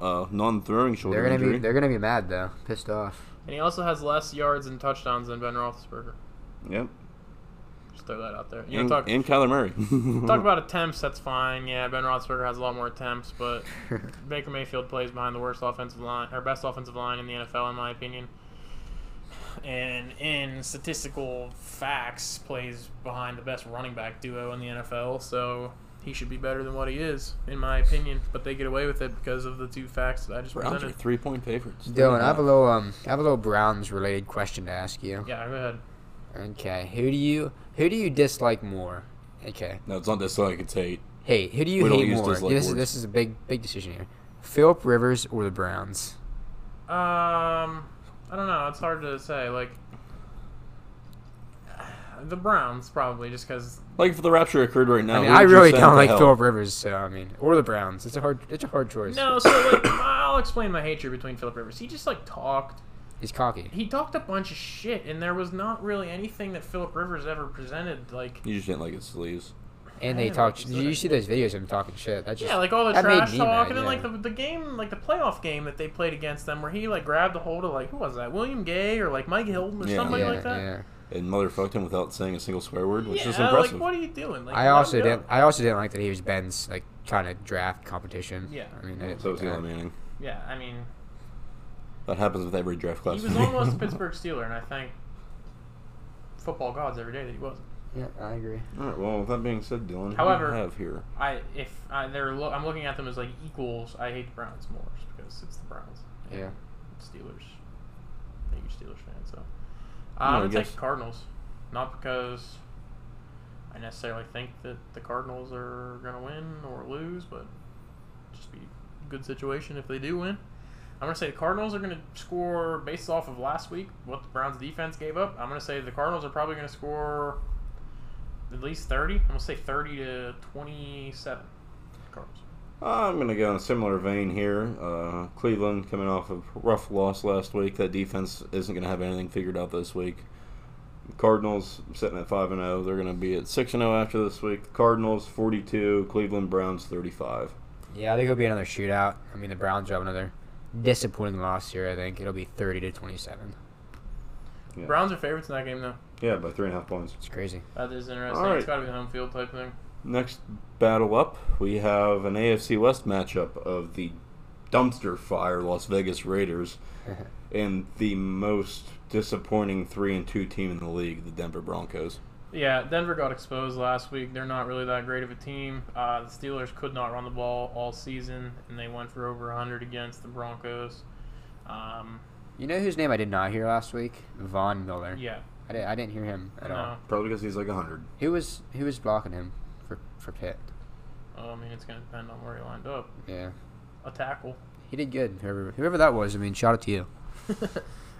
uh, non-throwing shoulder
They're gonna
injury.
be, they're gonna be mad though, pissed off.
And he also has less yards and touchdowns than Ben Roethlisberger.
yep.
Just throw that out there. You know,
And,
talk,
and Kyler Murray.
talk about attempts, that's fine. Yeah, Ben Roethlisberger has a lot more attempts, but Baker Mayfield plays behind the worst offensive line, or best offensive line in the NFL, in my opinion. And in statistical facts, plays behind the best running back duo in the NFL, so he should be better than what he is, in my opinion. But they get away with it because of the two facts that I just
Browns are
presented.
three-point favorites.
Dylan, I have a little um, I have a little Browns related question to ask you.
Yeah, go ahead.
Okay, who do you who do you dislike more? Okay,
No, it's not dislike. It's hate.
hey, who do you
We don't
hate
use
more?
dislike
This is
words.
this is a big big decision here. Philip Rivers or the Browns?
Um, I don't know. It's hard to say. Like the Browns, probably just because
Like if the rapture occurred right now,
I mean,
who would
I
you
really
send
don't
to
like
hell?
Philip Rivers, so I mean, or the Browns. It's a hard it's a hard choice.
no. So like, I'll explain my hatred between Philip Rivers. He just like talked.
He's cocky.
He talked a bunch of shit, and there was not really anything that Philip Rivers ever presented. Like
You just didn't like his sleeves.
And they
Yeah,
talk.
like you
Did you
said.
see those videos of them talking shit? That's just
Yeah, like all the
that made
trash
me
talk,
mad,
and then like
yeah.
the, the game, like the playoff game that they played against them, where he like grabbed a hold of like who was that, William Gay or like Mike Hilton or
Yeah.
somebody
yeah,
like that.
yeah.
and motherfucked him without saying a single swear word, which
yeah,
is impressive.
like what are you doing? Like,
I
let
also
him go.
didn't. I also didn't like that he was Ben's like trying to draft competition.
Yeah.
I mean, uh, I didn't
so
like
it's Eli
that.
Manning.
Yeah, I mean,
That happens with every draft class.
he was
for me.
almost a Pittsburgh Steeler, and I thank football gods every day that he wasn't.
Yeah, I agree.
All right. Well, with that being said, Dylan,
However-
who do you have here?
I if I, they're lo- I'm looking at them as like equals. I hate the Browns more just because it's the Browns. and
Yeah.
Steelers. I'm a huge Steelers fan, so
No, I
I'm gonna
guess-
take the Cardinals, not because I necessarily think that the Cardinals are gonna win or lose, but just be a good situation if they do win. I'm gonna say the Cardinals are gonna score based off of last week what the Browns defense gave up. I'm gonna say the Cardinals are probably gonna score at least 30. I'm gonna say 30 to 27. Cardinals.
I'm going to go in a similar vein here. Uh, Cleveland coming off of rough loss last week. That defense isn't going to have anything figured out this week. The Cardinals sitting at 5 and 0. They're going to be at 6 and 0 after this week. The Cardinals 42, Cleveland Browns 35.
Yeah, I think it'll be another shootout. I mean, the Browns will have another disappointing loss here. I think it'll be thirty to twenty-seven.
Yeah.
Browns are favorites in that game though.
Yeah, by 3.5 points.
It's crazy.
That is interesting.
All
It's
right.
gotta be the home field type thing.
Next battle up, we have an AFC West matchup of the dumpster fire Las Vegas Raiders and the most disappointing 3 and 2 team in the league, the Denver Broncos.
Yeah, Denver got exposed last week. They're not really that great of a team. Uh, the Steelers could not run the ball all season, and they went for over 100 against the Broncos. Um,
You know whose name I did not hear last week? Von Miller.
yeah,
I, did, I didn't hear him at all.
no,
Probably because he's like 100.
Who was who was blocking him for for Pitt?
Well, I mean it's going to depend on where he lined up.
Yeah,
A tackle.
he did good. Whoever whoever that was. I mean, shout out to you.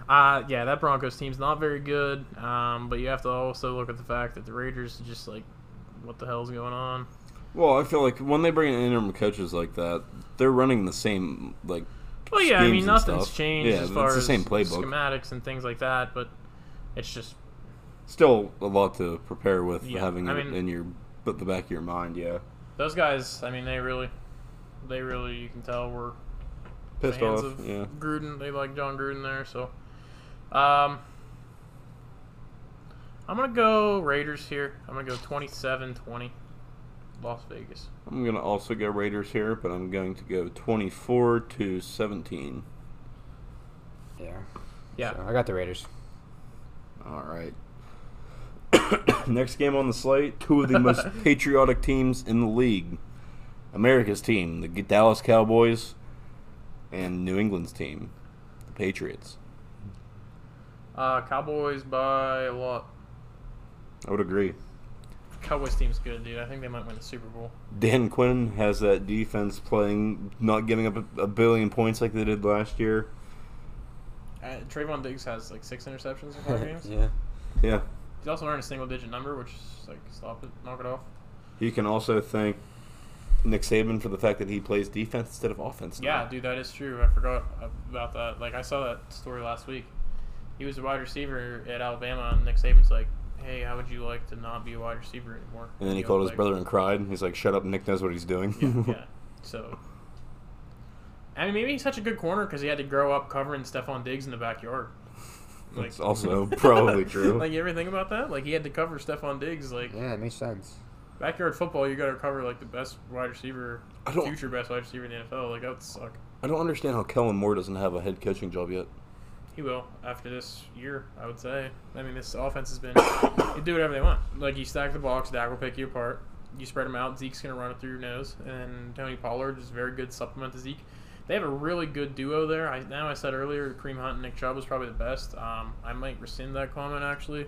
Uh, yeah, that Broncos team's not very good. Um, but you have to also look at the fact that the Raiders are just like, what the hell's going on?
Well, I feel like when they bring in interim coaches like that, they're running the same like
Well, yeah, I
Schemes
mean
and
nothing's
stuff.
changed
Yeah,
as
it's
far
the
as
same playbook.
schematics and things like that, but it's just
still a lot to prepare with
Yeah,
having
I
it
mean-
in your but the back of your mind, yeah.
those guys. I mean, they really, they really, you can tell were
Pissed
fans
off,
of
yeah.
Gruden. They like John Gruden there, so um, I'm gonna go Raiders here. I'm gonna go 27-20, Las Vegas.
I'm going to also go Raiders here, but I'm going to go 24 to 17.
Yeah.
Yeah,
So I got the Raiders.
All right. Next game on the slate, two of the most patriotic teams in the league. America's team, the Dallas Cowboys, and New England's team, the Patriots.
uh, Cowboys by a lot.
I would agree.
Cowboys team's good, dude. I think they might win the Super Bowl.
Dan Quinn has that defense playing, not giving up a, a billion points like they did last year.
Uh, Trayvon Diggs has like six interceptions in five games.
yeah.
Yeah.
He's also earned a single digit number, which is like stop it, knock it off.
You can also thank Nick Saban for the fact that he plays defense instead of offense. now.
Yeah, dude, that is true. I forgot about that. Like I saw that story last week. He was a wide receiver at Alabama, and Nick Saban's like, "Hey, how would you like to not be a wide receiver anymore?"
And then he
You know,
called his
like-
brother and cried. He's like, shut up, Nick knows what he's doing.
Yeah, yeah. So, I mean, maybe he's such a good corner because he had to grow up covering Stephon Diggs in the backyard.
That's also probably true.
Like, you ever think about that? Like, he had to cover Stephon Diggs. Like,
Yeah, that makes sense.
backyard football, you got to cover like the best wide receiver,
I don't-
future best wide receiver in the NFL. Like, that would suck.
I don't understand how Kellen Moore doesn't have a head coaching job yet.
He will after this year, I would say. I mean, this offense has been you do whatever they want. Like you stack the box, Dak will pick you apart. You spread them out. Zeke's gonna run it through your nose, and Tony Pollard is a very good supplement to Zeke. They have a really good duo there. I now I said earlier, Cream Hunt and Nick Chubb was probably the best. Um, I might rescind that comment actually.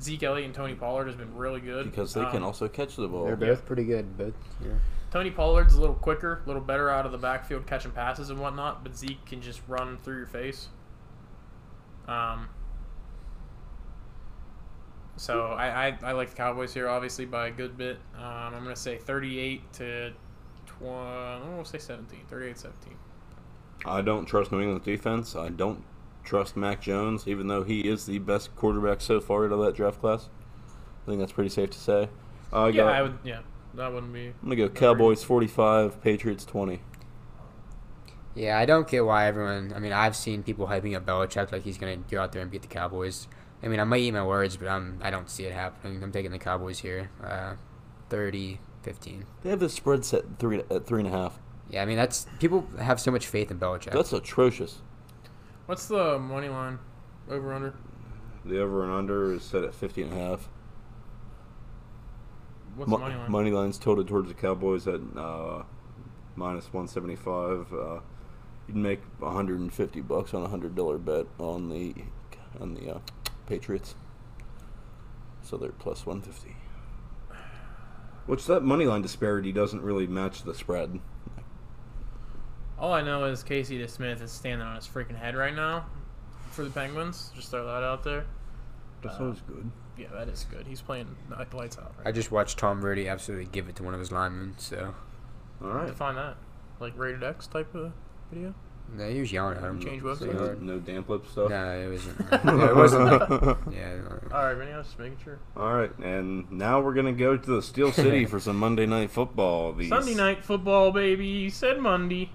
Zeke Elliott and Tony Pollard has been really good
Because they can
Um,
also catch the ball.
They're both pretty good, but yeah.
Tony Pollard's a little quicker, a little better out of the backfield catching passes and whatnot, but Zeke can just run through your face. Um, so I, I, I like the Cowboys here, obviously, by a good bit. Um, I'm going to say 38 to 20, I'm going to say 17, 38 17.
I don't trust New England's defense. I don't trust Mac Jones, even though he is the best quarterback so far out of that draft class. I think that's pretty safe to say. I got,
yeah, I would. Yeah, that wouldn't be.
I'm gonna go Cowboys 45, Patriots 20.
Yeah, I don't get why everyone. I mean, I've seen people hyping up Belichick like he's gonna go out there and beat the Cowboys. I mean, I might eat my words, but I'm I don't see it happening. I'm taking the Cowboys here, uh, 30-15.
They have this spread set at three at three and a half.
Yeah, I mean that's people have so much faith in Belichick.
That's atrocious.
What's the money line? Over under?
The over and under is set at 50 and a half.
What's
Mo-
the money line?
money line's totaled towards the Cowboys at uh, minus 175. Uh, you'd make 150 bucks on a hundred dollar bet on the on the uh, Patriots. So they're plus 150. Which that money line disparity doesn't really match the spread.
All I know is Casey DeSmith is standing on his freaking head right now for the Penguins. Just throw that out there.
That's
Uh,
always good.
Yeah, that is good. He's playing like the lights out. Right?
I just watched Tom Brady absolutely give it to one of his linemen. So
All
now.
right.
Define that. Like rated X type of video.
yeah, he was yelling at him.
Change
So
website.
No,
hard.
no damp lip stuff.
No, it wasn't. no, it wasn't. Like, yeah. no.
All right, Vinny, I was just making sure.
All right, and now we're gonna go to the Steel City for some Monday Night Football. The
Sunday night football, baby. You said Monday.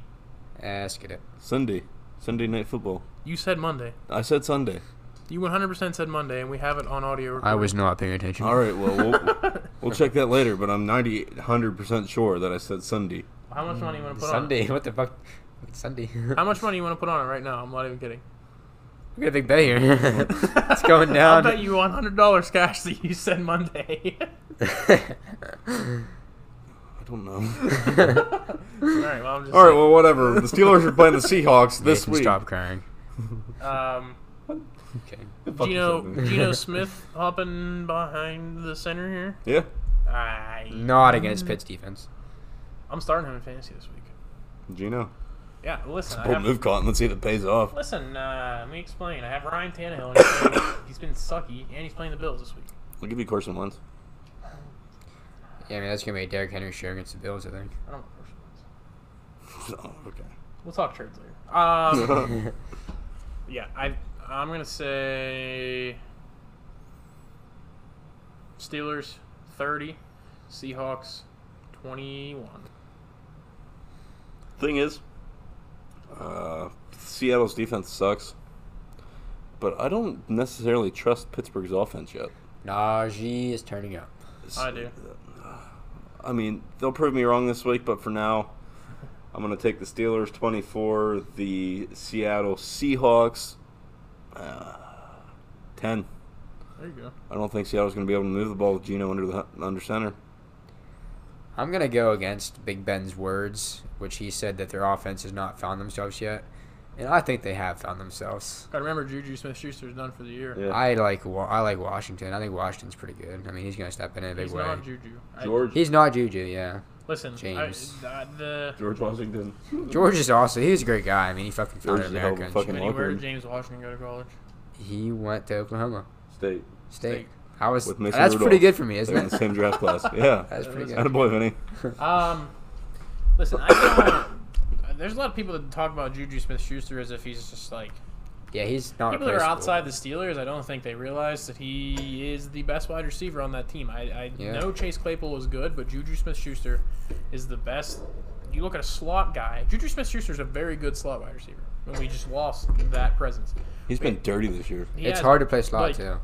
Ask it.
Sunday, Sunday Night Football.
You said Monday.
I said Sunday.
You 100% said Monday, and we have it on audio.
I
Recording.
was not paying attention.
All right, well we'll, we'll check that later, but I'm 100 percent sure that I said Sunday.
How much money you want to put on?
Sunday. What the fuck? It's Sunday.
it? How much money you want to put on it right now? I'm not even kidding.
We got a big bet here. it's going down.
I'll bet you $100 cash that you said Monday.
I don't know.
All right, well, I'm just
All right,
saying.
well whatever. The Steelers are playing the Seahawks this
Nathan,
week.
Stop crying.
Um,
Okay.
Fuck
Gino,
yourself.
Gino Smith hopping behind the center here.
Yeah,
I,
Not against Pitt's defense.
I'm starting him in fantasy this week.
Gino.
Yeah, listen. I
Bold
have,
move, Cotton. Let's see if it pays off.
listen, uh, let me explain. I have Ryan Tannehill. And he's, playing, he's been sucky, and he's playing the Bills this week.
I'll give you Carson Wentz.
Yeah, I mean that's gonna be Derrick Henry show against the Bills, I think.
I don't know what Carson Wentz.
Oh, okay.
We'll talk trades later. Um, yeah, I, I'm gonna say Steelers 30, Seahawks 21.
Thing is, uh, Seattle's defense sucks, but I don't necessarily trust Pittsburgh's offense yet.
Najee is turning up.
I do.
uh, I mean, they'll prove me wrong this week, but for now, I'm going to take the Steelers 24, the Seattle Seahawks uh, 10.
There you go.
I don't think Seattle's going to be able to move the ball with Geno under the under center.
I'm gonna go against Big Ben's words, which he said that their offense has not found themselves yet, and I think they have found themselves.
Gotta remember Juju Smith-Schuster's done for the year.
Yeah.
I like Wa- I like Washington. I think Washington's pretty good. I mean, he's gonna step in in a big
He's
way.
not Juju. I-
George
he's not Juju, yeah.
listen, I-
James.
uh, the
George Washington.
George is also he was a great guy. I mean, he fucking founded
George is a hell of a
America. and
fucking
shit.
Vinny, where
Walker.
did James Washington go to college?
He went to Oklahoma
State.
State.
State.
I was
With Mason
that's pretty
Rudolph.
good for me, isn't
They're in
it?
the same draft class. Yeah.
That's pretty
Atta
good.
boy, Vinny.
Um, listen, I don't. There's a lot of people that talk about Juju Smith-Schuster as if he's just like
Yeah, he's not.
people that are
replaceable.
outside the Steelers. I don't think they realize that he is the best wide receiver on that team. I, I
Yeah.
know Chase Claypool was good, but Juju Smith-Schuster is the best. You look at a slot guy. Juju Smith-Schuster is a very good slot wide receiver, and we just lost that presence.
He's been dirty this year.
He
It's
has-
hard to play slot
like,
too.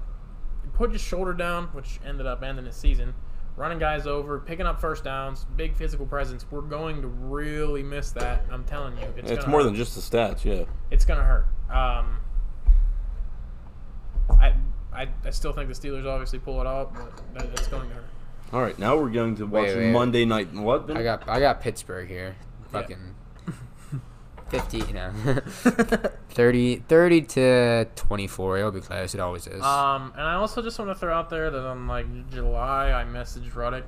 put his shoulder down, which ended up ending his season. Running guys over, picking up first downs, big physical presence. We're going to really miss that. I'm telling you, it's,
It's,
gonna
more
hurt.
than just the stats, yeah.
it's gonna hurt. Um, I, I I still think the Steelers obviously pull it off, but that, it's going to hurt.
All right, now we're going to watch
Wait, wait.
Monday night. What? Vinny?
I got I got Pittsburgh here. Fucking fifty, you know, 30, 30 to twenty four. It'll be close. It always is.
Um, and I also just want to throw out there that on like July, I messaged Ruddick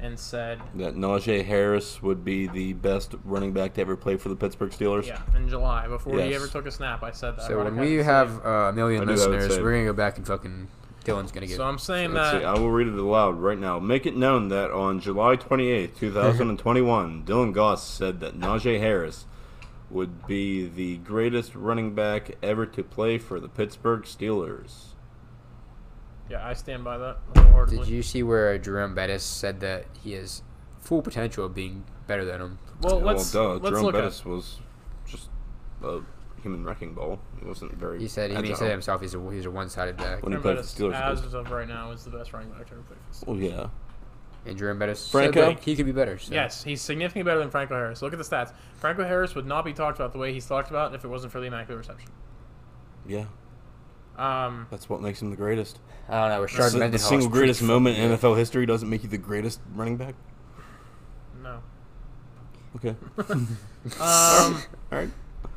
and said,
that Najee Harris would be the best running back to ever play for the Pittsburgh Steelers.
yeah, in July before he
Yes.
ever took a snap, I said that.
so
Ruddick
when
had
we
the
have uh, a million
I knew that would
listeners,
save.
we're gonna go back and fucking Dylan's
same-
gonna get.
so I'm saying
Let's see,
that
I will read it aloud right now. Make it known that on July 28th, 2021, Dylan Goss said that Najee Harris would be the greatest running back ever to play for the Pittsburgh Steelers.
Yeah, I stand by that wholeheartedly.
Did you see where Jerome Bettis said that he has full potential of being better than him?
well, let's
well, duh.
let's
Jerome
look
Bettis was just a human wrecking ball. He wasn't very.
He said he, he
agile.
said himself he's a he's a one sided back.
at
when he
Jerome
played for the
Bettis,
Steelers. it was-
as of right now, is the best running back to ever play for the Steelers.
Well, yeah.
And Jerome Bettis
Franco?
said that he could be better. So.
Yes, he's significantly better than Franco Harris. Look at the stats. Franco Harris would not be talked about the way he's talked about if it wasn't for the immaculate reception.
Yeah.
Um,
That's what makes him the greatest.
I don't know. Richard
the, the
Mendenhall
single
is
greatest
pretty
moment in
fucking
NFL history doesn't make you the greatest running back.
no.
Okay.
Um,
All right.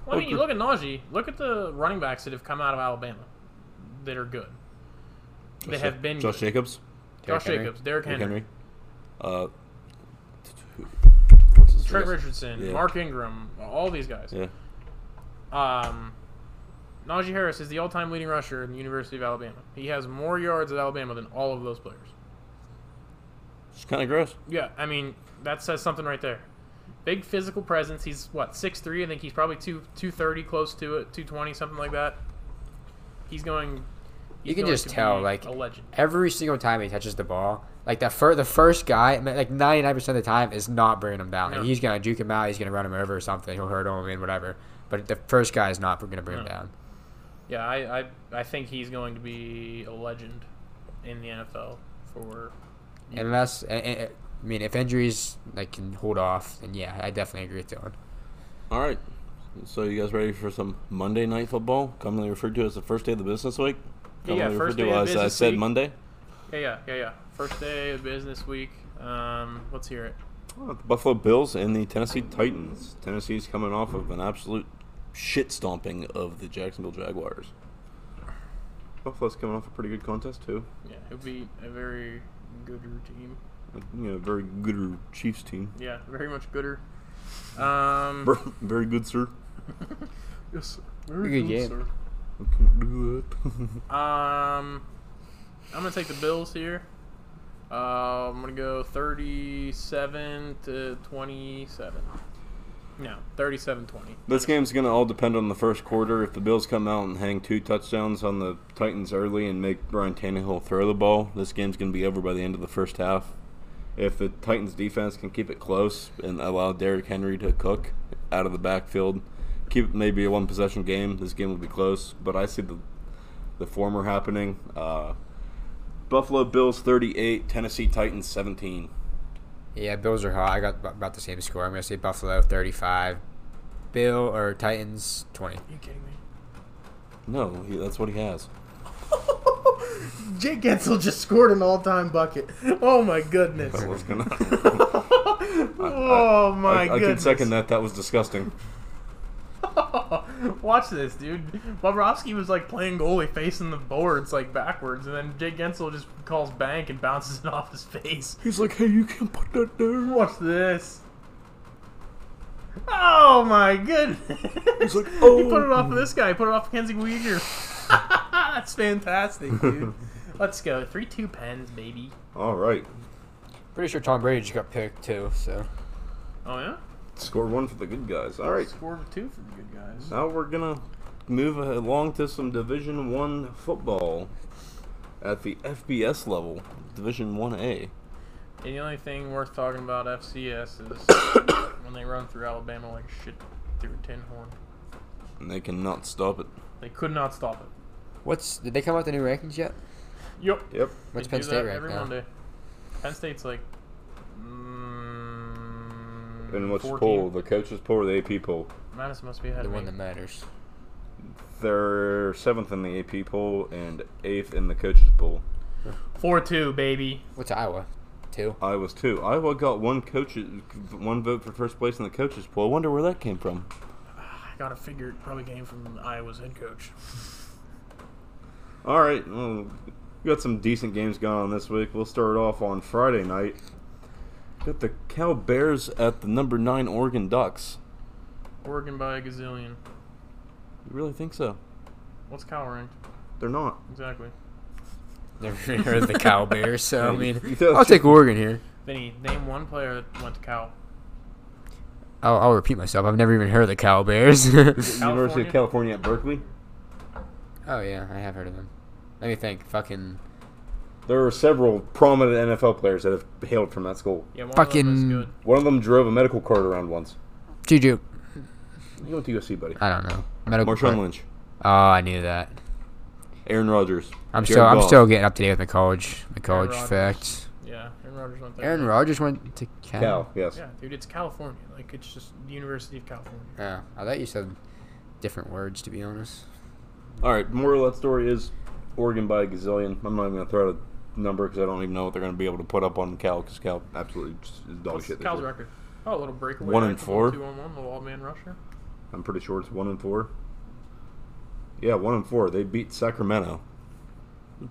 well, I mean, you look at Najee. Look at the running backs that have come out of Alabama that are good. They
Josh-
have been
Josh
good.
Jacobs,
Josh
Derrick Henry?
Jacobs, Derrick
Henry.
Henry,
Henry. Uh, t- t- who- what's his
Trent
face?
Richardson,
Yeah.
Mark Ingram, all these guys.
Yeah.
Um, Najee Harris is the all-time leading rusher in the University of Alabama. He has more yards at Alabama than all of those players.
It's kind of gross.
Yeah, I mean that says something right there. Big physical presence. He's what six three. I think he's probably two two thirty, close to it, two twenty, something like that. He's going. he's
You can
going
just
to
tell,
be
like-
a legend.
Every single time he touches the ball, like that fir- the first guy, ma- like ninety nine percent of the time, is not bringing him down.
No.
Like he's gonna juke him out, he's gonna run him over or something. He'll hurt him and whatever. But the first guy is not gonna bring him
No.
down.
Yeah, I, I I think he's going to be a legend in the NFL for.
Unless, I, I I mean, if injuries like can hold off, then yeah, I definitely agree with Dylan.
All right. So you guys ready for some Monday night football, commonly referred to as the first day of the business week?
Yeah,
Commonly
first
referred to
day of
as I
business
said
week.
Monday.
Yeah, yeah, yeah, yeah. First day of business week. Um, let's hear it.
The Buffalo Bills and the Tennessee Titans. Tennessee's coming off of an absolute shit stomping of the Jacksonville Jaguars. Buffalo's coming off a pretty good contest too.
Yeah, it would be a very good team.
You know, Uh, very good uh, Chiefs team.
Yeah, very much gooder. Um,
Very good, sir.
yes,
Good game.
sir.
I can do it.
Um, I'm gonna take the Bills here. Uh, I'm gonna go 37 to 27. No, 37 20.
This game's going to all depend on the first quarter. If the Bills come out and hang two touchdowns on the Titans early and make Brian Tannehill throw the ball, this game's going to be over by the end of the first half. If the Titans defense can keep it close and allow Derrick Henry to cook out of the backfield, keep it maybe a one possession game, this game will be close. But I see the the former happening. Uh, Buffalo Bills 38, Tennessee Titans 17.
Yeah, Bills are hot. I got b- about the same score. I'm gonna say Buffalo thirty five, Bill or Titans twenty.
Are you kidding me?
No, he, that's what he has.
Jake Gensel just scored an all time bucket. Oh my goodness.
I was gonna-
oh my
I, I
goodness.
can second that. That was disgusting.
Watch this, dude. Bobrovsky was like playing goalie, facing the boards like backwards, and then Jake Gensel just calls bank and bounces it off his face.
He's like, hey, you can't put that there.
Watch this. Oh my goodness!
He's like,
He put it
oh.
off of this guy. He put it off Kenzie Weeger. That's fantastic, dude. Let's go. Three two pens, baby.
All right.
Pretty sure Tom Brady just got picked too. So
Oh yeah.
Score one for the good guys. All right. Uh.
Score of two for the good guys.
Now we're going to move along to some Division One football at the FBS level, Division 1A.
And the only thing worth talking about FCS is when they run through Alabama like shit through a tin horn.
And they cannot stop it.
They could not stop it.
what's did they come out with the new rankings yet?
Yep.
Yep.
What's
They
Penn
do
State
that
ranked
every
now?
Monday. Penn State's like. Mm,
And what's
14.
poll? The coaches poll or the AP poll?
Madison must be ahead
The
of me.
one that matters.
They're seventh in the AP poll and eighth in the coaches poll.
Four two, baby.
What's Iowa? Two.
Iowa's two. Iowa got one coaches, one vote for first place in the coaches poll. I wonder where that came from.
I gotta figure it probably came from Iowa's head coach.
All right, well, we got some decent games going on this week. We'll start off on Friday night. Got the Cal Bears at the number nine Oregon Ducks.
Oregon by a gazillion.
You really think so?
What's Cal ranked?
They're not.
Exactly.
Never heard of the Cow Bears, so I mean,
Yeah,
I'll
it's
take
just-
Oregon here.
Vinny, name one player that went to Cal.
I'll, I'll repeat myself. I've never even heard of the Cow Bears. oh
University of California at Berkeley.
yeah, I have heard of them. Let me think. Fucking
There are several prominent NFL players that have hailed from that school.
Yeah, one of them
Fucking-
is good.
One of them drove a medical cart around once.
Juju.
You went to USC, buddy.
I don't know. Medical.
Marshawn Lynch,
Oh, I knew that.
Aaron Rodgers.
I'm
Jared
still I'm
Goff.
still getting up to date with my college my college
Rodgers.
facts.
Yeah, Aaron Rodgers went there.
Aaron Rodgers went to Cal.
Cal. Yes.
Yeah, dude, it's California. Like it's just the University of California.
Yeah, Oh, I thought you said different words to be honest.
All right. Moral of that story is Oregon by a gazillion. I'm not even gonna throw out a number because I don't even know what they're gonna be able to put up on Cal because Cal absolutely just is dog
What's
shit. this
Cal's
year.
record? Oh, a little breakaway.
One
right?
and four.
Two on one, little all man rusher.
I'm pretty sure it's one and four. Yeah, one and four. They beat Sacramento.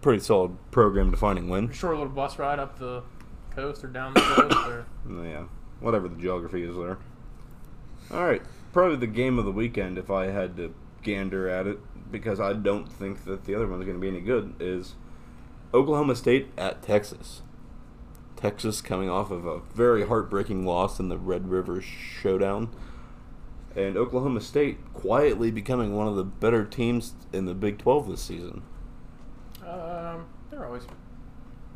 Pretty solid program-defining win.
Short little bus ride up the coast or down the coast or
Yeah, whatever the geography is there. All right, probably the game of the weekend, if I had to gander at it, because I don't think that the other one's going to be any good, is Oklahoma State at Texas. Texas coming off of a very heartbreaking loss in the Red River Showdown. And Oklahoma State quietly becoming one of the better teams in the Big 12 this season.
um they're always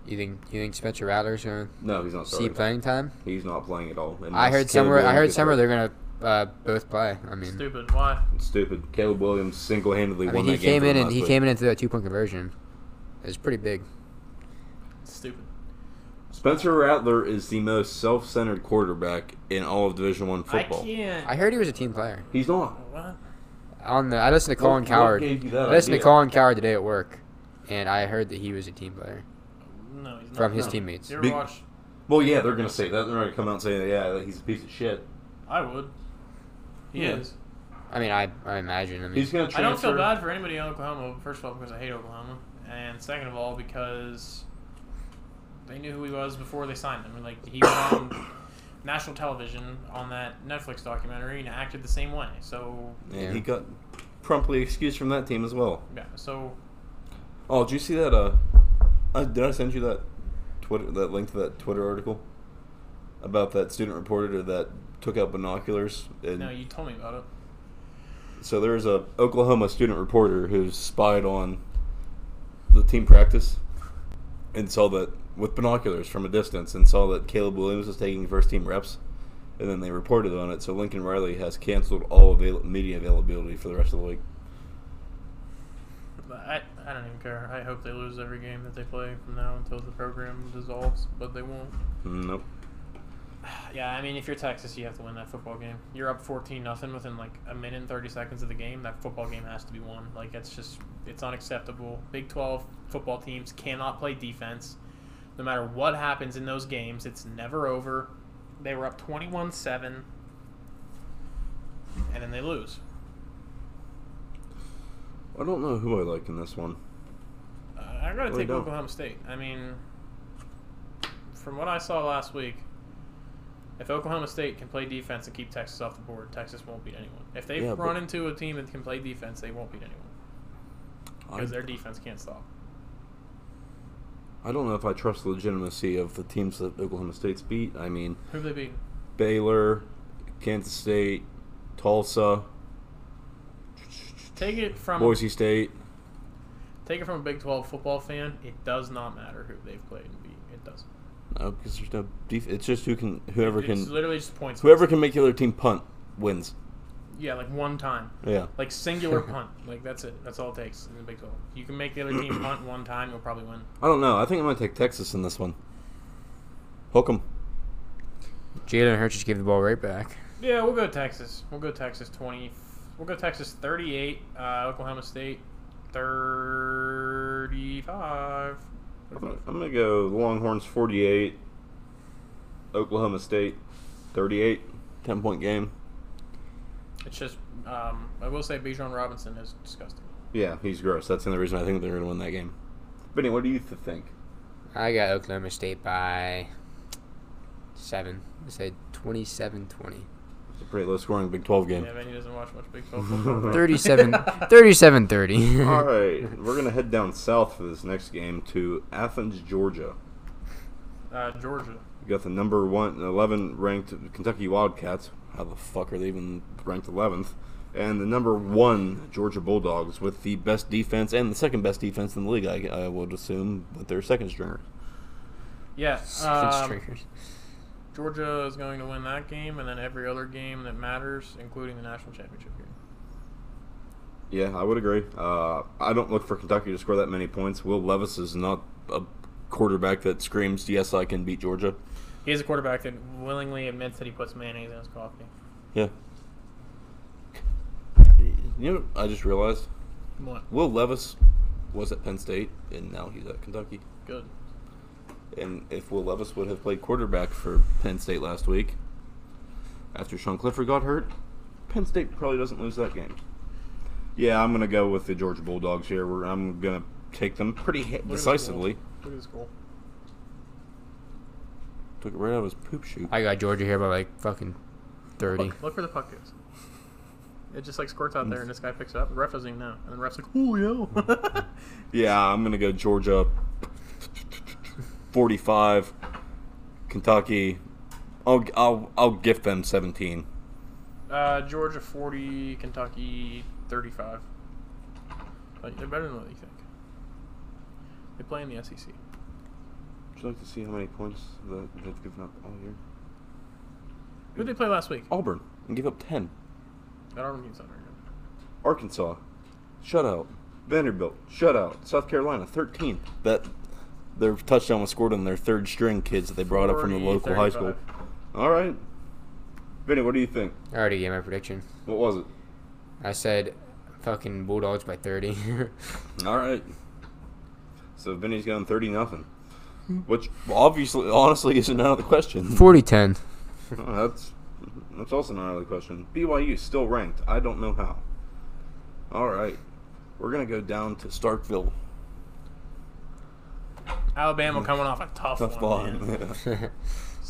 You think you think Spencer Rattler's gonna
No, he's not
see
starting.
playing time?
He's not playing at all.
I heard
Caleb
somewhere I heard
Williams-
somewhere they're gonna uh, both play. I mean
stupid. Why?
Stupid. Caleb Williams single-handedly
I mean
won
he
that game
came
for
in
them
and
last
he
week.
came in and threw that two point conversion. It was pretty big.
Stupid.
Spencer Rattler is the most self-centered quarterback in all of Division One
I
football.
can't.
I heard he was a team player.
He's not.
what?
On the I listened to Colin
What- what
Coward.
gave you that
I listened
idea?
to Colin Coward today at work and I heard that he was a team player.
No, he's not.
From his
No.
teammates.
You ever
Big-
watch?
Well, yeah, they're gonna say that. They're gonna come out and say, yeah, that he's a piece of shit.
I would. He
Yeah.
is.
I mean I I imagine I mean
He's gonna. Transfer.
I don't feel bad for anybody in Oklahoma. First of all, because I hate Oklahoma, and second of all, because they knew who he was before they signed him. Like he was on national television on that Netflix documentary and acted the same way. So
And
Yeah.
he got promptly excused from that team as well.
yeah, so
Oh, did you see that? Uh, uh, did I send you that Twitter that link to that Twitter article about that student reporter that took out binoculars and
no, you told me about it.
So there's a Oklahoma student reporter who's spied on the team practice and saw that with binoculars from a distance and saw that Caleb Williams was taking first team reps and then they reported on it. So Lincoln Riley has canceled all avail- media availability for the rest of the week.
But I I don't even care. I hope they lose every game that they play from now until the program dissolves, but they won't.
Nope.
Yeah, I mean, if you're Texas, you have to win that football game. You're up 14 nothing within like a minute and 30 seconds of the game. That football game has to be won. Like that's just it's unacceptable. Big 12 football teams cannot play defense. No matter what happens in those games, it's never over. They were up 21-7 and then they lose.
I don't know who I like in this one.
Uh, I'm going to
Really
take
don't.
Oklahoma State. I mean, from what I saw last week, if Oklahoma State can play defense and keep Texas off the board, Texas won't beat anyone. If they
Yeah,
run
but-
into a team that can play defense, they won't beat anyone
I,
because their defense can't stop.
I don't know if I trust the legitimacy of the teams that Oklahoma State's beat. I mean,
Who have they beaten?
Baylor, Kansas State, Tulsa,
Take it from
Boise State.
take it from a Big 12 football fan. It does not matter who they've played and beat. It doesn't.
No, because there's no def- It's just who can whoever
It's
can
literally just points.
whoever can make the other team punt wins.
Yeah, like one time.
Yeah,
Like singular punt. Like that's it. That's all it takes in the Big 12. You can make the other team punt one time, you'll probably win.
I don't know. I think I'm gonna take Texas in this one. Hook 'em.
Jalen Hurts just gave the ball right back.
Yeah, we'll go Texas. We'll go Texas 20. We'll go Texas 38, uh, Oklahoma State 35.
I'm gonna- I'm gonna go Longhorns 48, Oklahoma State 38, 10 point game.
It's just, um, I will say Bijan Robinson is disgusting.
Yeah, he's gross. That's the only reason I think they're gonna win that game. Benny, what do you th- think?
I got Oklahoma State by seven. I said 27 20.
It's a pretty low scoring Big 12 game.
Yeah, man, he doesn't watch much Big 12 football.
37, 37 30.
All right, we're gonna head down south for this next game to Athens, Georgia.
uh, Georgia.
You got the number one, 11 ranked Kentucky Wildcats. How the fuck are they even ranked 11th? and the number one Georgia Bulldogs with the best defense and the second best defense in the league. I, I would assume with their second stringers.
Yeah.
Fitz
Um,
Triggers.
Georgia is going to win that game and then every other game that matters, including the national championship game.
Yeah, I would agree. Uh, I don't look for Kentucky to score that many points. Will Levis is not a quarterback that screams, "Yes, I can beat Georgia."
He is a quarterback that willingly admits that he puts mayonnaise in his coffee.
Yeah. You know, what I just realized
What?
Will Levis was at Penn State, and now he's at Kentucky.
Good.
And if Will Levis would have played quarterback for Penn State last week, after Sean Clifford got hurt, Penn State probably doesn't lose that game. Yeah, I'm gonna go with the Georgia Bulldogs here. We're, I'm gonna take them pretty he-
Look at this
decisively.
goal. Look at this goal.
Took it right out of his poop shoot.
I got Georgia here by like fucking thirty.
Look, look where the puck goes. It just like squirts out there, and this guy picks it up. The ref doesn't even know, and the ref's like, "Oh yeah."
Yeah, I'm gonna go Georgia. 45, Kentucky. I'll I'll I'll gift them 17.
uh, Georgia forty, Kentucky thirty-five. Like they're better than what you think. They play in the E SEC.
Would you like to see how many points that they've given up all year?
Who did they play last week?
Auburn and give up 10.
That Auburn team's not very good.
Arkansas, shutout. Vanderbilt, shutout. South Carolina, 13. That their touchdown was scored on their third string kids that they brought up from the
40,
local high school.
35.
All right, Vinny, what do you think?
I already gave my prediction.
What was it?
I said fucking Bulldogs by thirty.
All right. So Vinny's going 30 nothing, which Hmm. obviously, honestly, isn't out of the question.
Forty ten.
Oh, that's that's also not out of the question. BYU still ranked. I don't know how. All right, we're gonna go down to Starkville.
Alabama coming off a tough,
Tough ball.
one. man.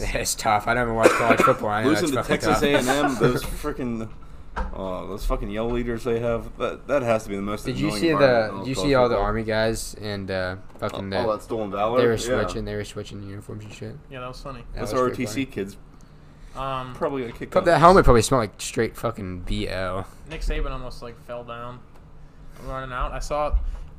That is tough. I don't even watch college football. I know
Losing
it's
to
fucking
Texas
tough.
A and M, those freaking, oh, those fucking yell leaders they have. That that has to be the most.
Did you
annoying
see
environment
the?
in
Did you
college
see all the
football.
army guys and uh, fucking
All
the,
that stolen valor.
they were
Yeah.
switching. They were switching uniforms and shit.
Yeah, that was funny.
That
Those
was pretty
ROTC kids
Um,
probably gonna kick
funny.
out.
That helmet probably smelled like straight fucking bo.
Nick Saban almost like fell down running out. I saw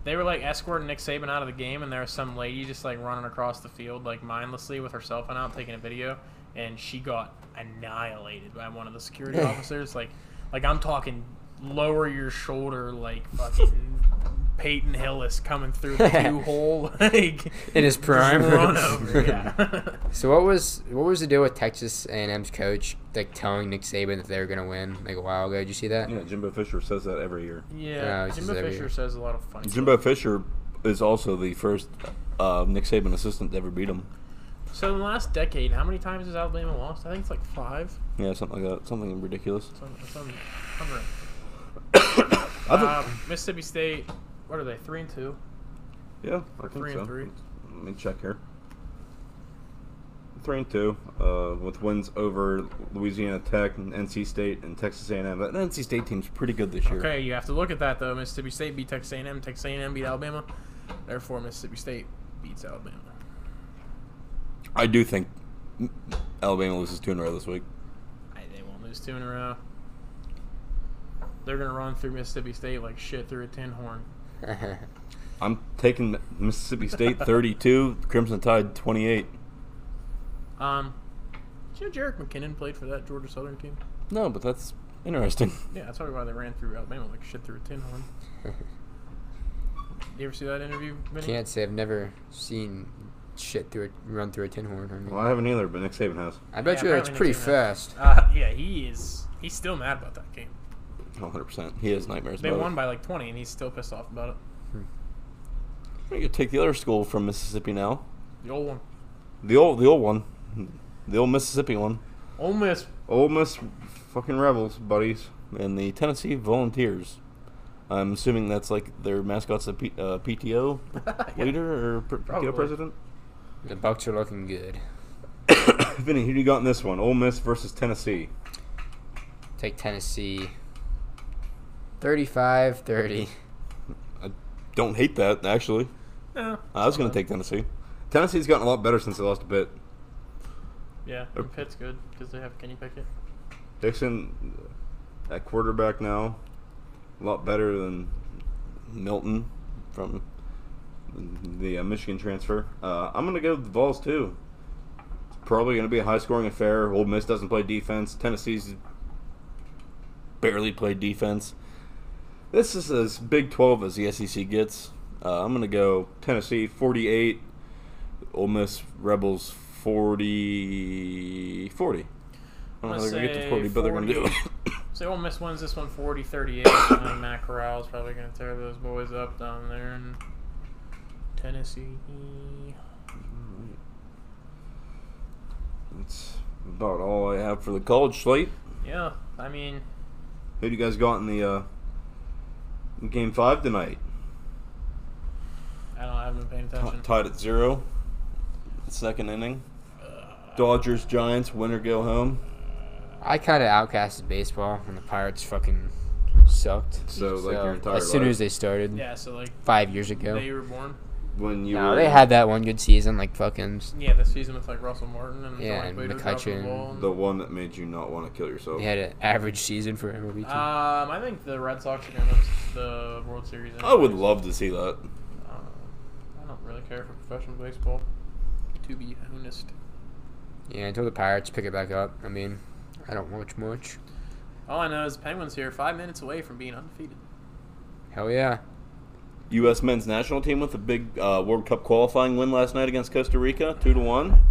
they were like escorting Nick Saban out of the game, and there was some lady just like running across the field like mindlessly with her cell phone out taking a video, and she got annihilated by one of the security officers. Like, like I'm talking lower your shoulder, like fucking Peyton Hillis coming through the two hole, like
In his prime.
run over. Yeah.
So what was what was the deal with Texas A&M's coach like telling Nick Saban that they were gonna win like a while ago? Did you see that?
Yeah, Jimbo Fisher says that every year.
yeah,
Yeah, this is
Jimbo
every
Fisher
year.
says a lot of funny. stuff.
Jimbo Fisher is also the first uh, Nick Saban assistant to ever beat him.
So in the last decade, how many times has Alabama lost? I think it's like five.
Yeah, something like that. Something ridiculous.
Some, some, some room.
I think,
Um, Mississippi State, what are they? Three and two.
yeah, I think
three
so.
and three.
Let me check here. Three and two, uh, with wins over Louisiana Tech, and NC State, and Texas A&M. That NC State team's pretty good this year.
Okay, you have to look at that though. Mississippi State beat Texas A&M. Texas A&M beat Alabama. Therefore, Mississippi State beats Alabama.
I do think Alabama loses two in a row this week.
I, they won't lose two in a row. They're gonna run through Mississippi State like shit through a tin horn.
I'm taking Mississippi State 32, Crimson Tide 28.
Um, did you know Jarek McKinnon played for that Georgia Southern team?
No, but that's interesting.
Yeah, that's probably why they ran through Alabama like shit through a tin horn. you ever see that interview? Vinny?
Can't say I've never seen shit through a run through a tin horn. I, mean,
Well, I haven't either, but Nick Saban has.
I bet
Yeah,
you it's
apparently
pretty
they do that.
fast.
Uh, yeah, he is. He's still mad about that game.
100%. He has nightmares
They
about
won
it.
by like 20, and he's still pissed off about it.
We could take the other school from Mississippi now.
The old one.
The old, the old one, the old Mississippi one.
Ole Miss.
Ole Miss, fucking rebels, buddies, and the Tennessee Volunteers. I'm assuming that's like their mascot's a P- uh, PTO leader or pr-
Probably.
PTO president.
Uh,
The Bucks are looking good.
Vinny, who do you got in this one? Ole Miss versus Tennessee.
Take Tennessee. 35-30.
Don't hate that actually.
No.
I was going to take Tennessee. Tennessee's gotten a lot better since they lost a bit.
Yeah, and Pitt's good because they have Kenny Pickett.
Dixon, at quarterback now. A lot better than Milton from the uh, Michigan transfer. Uh, I'm going to go with the Vols, too. It's probably going to be a high scoring affair. Ole Miss doesn't play defense. Tennessee's barely played defense. This is as Big 12 as the SEC gets. Uh, I'm going to go Tennessee 48, Ole Miss Rebels 40. 40. I don't know
I'm
how they're going to get to
say
40, but they're going to do
40.
it.
So Ole Miss wins this one 40-38. I think Matt Corral's probably going to tear those boys up down there in Tennessee.
That's about all I have for the college slate.
Yeah, I mean,
Who do you guys got in the uh, game five tonight?
I don't. I haven't been paying
T-
attention.
tied at zero. Second inning. Dodgers, Giants, winner go home.
I kind of outcasted baseball, and the Pirates fucking sucked.
So, like, your entire
as soon
life.
as they started
yeah, so like
five years ago.
they were born.
When you
No,
were
they had that one good season, like fucking.
Yeah, the season with like Russell Martin and
Yeah,
Johnny
and
Cueto dropping
McCutcheon.
the ball. and-
the one that made you not want to kill yourself.
They had an average season for MLB. team.
Um, I think the Red Sox are going to win the World Series.
I would
anyways.
love to see that.
Uh, I don't really care for professional baseball, to be honest.
yeah, until the Pirates pick it back up. I mean, I don't watch much.
All I know is Penguins here, five minutes away from being undefeated.
Hell yeah.
U.S. men's national team with a big uh, World Cup qualifying win last night against Costa Rica, two to one.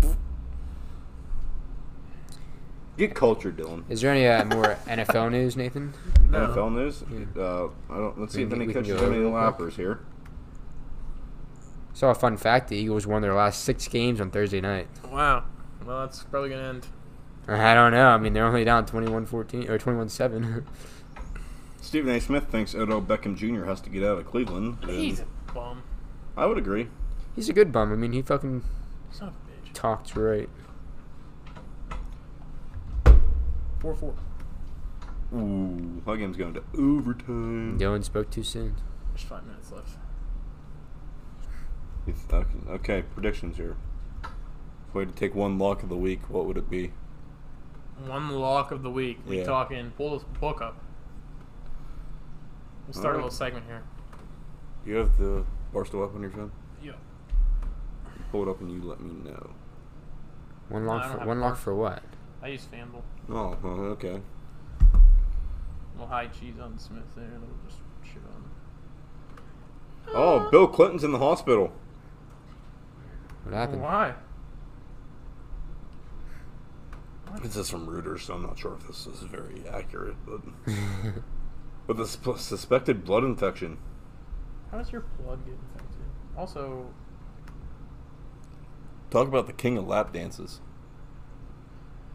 Get cultured, Dylan.
Is there any uh, more NFL news, Nathan?
No.
NFL news.
Yeah.
Uh, I don't. Let's see
We
if
can-
any
we can
catches
go
any
over it.
lappers here.
Saw a fun fact: the Eagles won their last six games on Thursday night.
Wow. Well, that's probably going to end.
I don't know. I mean, they're only down 21-14 or 21-7.
Stephen A. Smith thinks Odell Beckham Jr. has to get out of Cleveland. and
He's a bum.
I would agree.
He's a good bum. I mean, he fucking
Son of a bitch.
talked right.
Four four.
Ooh, that game's going to overtime.
Dylan spoke too soon.
There's five minutes left.
It's- Okay, okay, predictions here. If we had to take one lock of the week, what would it be?
One lock of the week. We
Yeah.
talking. Pull this book up. We'll start a
Alright.
little segment here.
You have the barstool app on your phone.
Yeah.
Pull it up and you let me know.
One
I
lock
don't
for
have
one lock
more.
for what?
I use Fanble.
Oh, well, okay.
Well, high cheese on Smith there. That'll just shit on.
Oh, Bill Clinton's in the hospital.
What happened?
Why?
This is from Reuters, so I'm not sure if this is very accurate, but with a sp- suspected blood infection.
How does your blood get infected? Also,
Talk about the king of lap dances.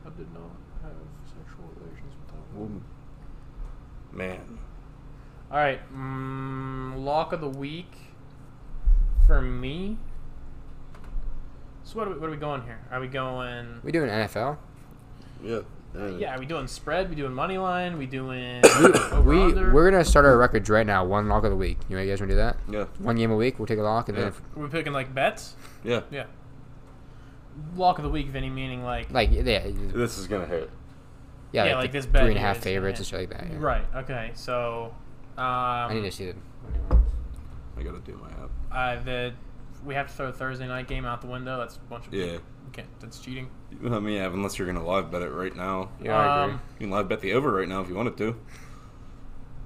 I did not have sexual relations with that woman.
Man,
All right, mm, lock of the week for me. So what are we, what are we going here? Are we going?
We doing NFL?
yeah,
Yeah, are we doing spread? We doing money line? We doing
We
over under?
we're gonna start our records right now. One lock of the week. You guys wanna do that?
yeah,
One game a week. We'll take a lock and
Yeah.
then if,
Are we picking like bets.
yeah.
Yeah. Lock of the week, Vinny, meaning like
like yeah yeah,
This is gonna hit.
Yeah,
like,
like
the
this bet
three and a
you
half
guys- yeah.
favorites and shit like that. Yeah.
right. Okay, so um,
I need to see them.
I gotta do my app.
uh, the we have to throw Thursday night game out the window. That's a bunch of
Yeah,
Okay, that's cheating.
I mean, yeah, unless you're gonna live bet it right now.
Yeah, I agree.
Um,
You can live bet the over right now if you wanted to.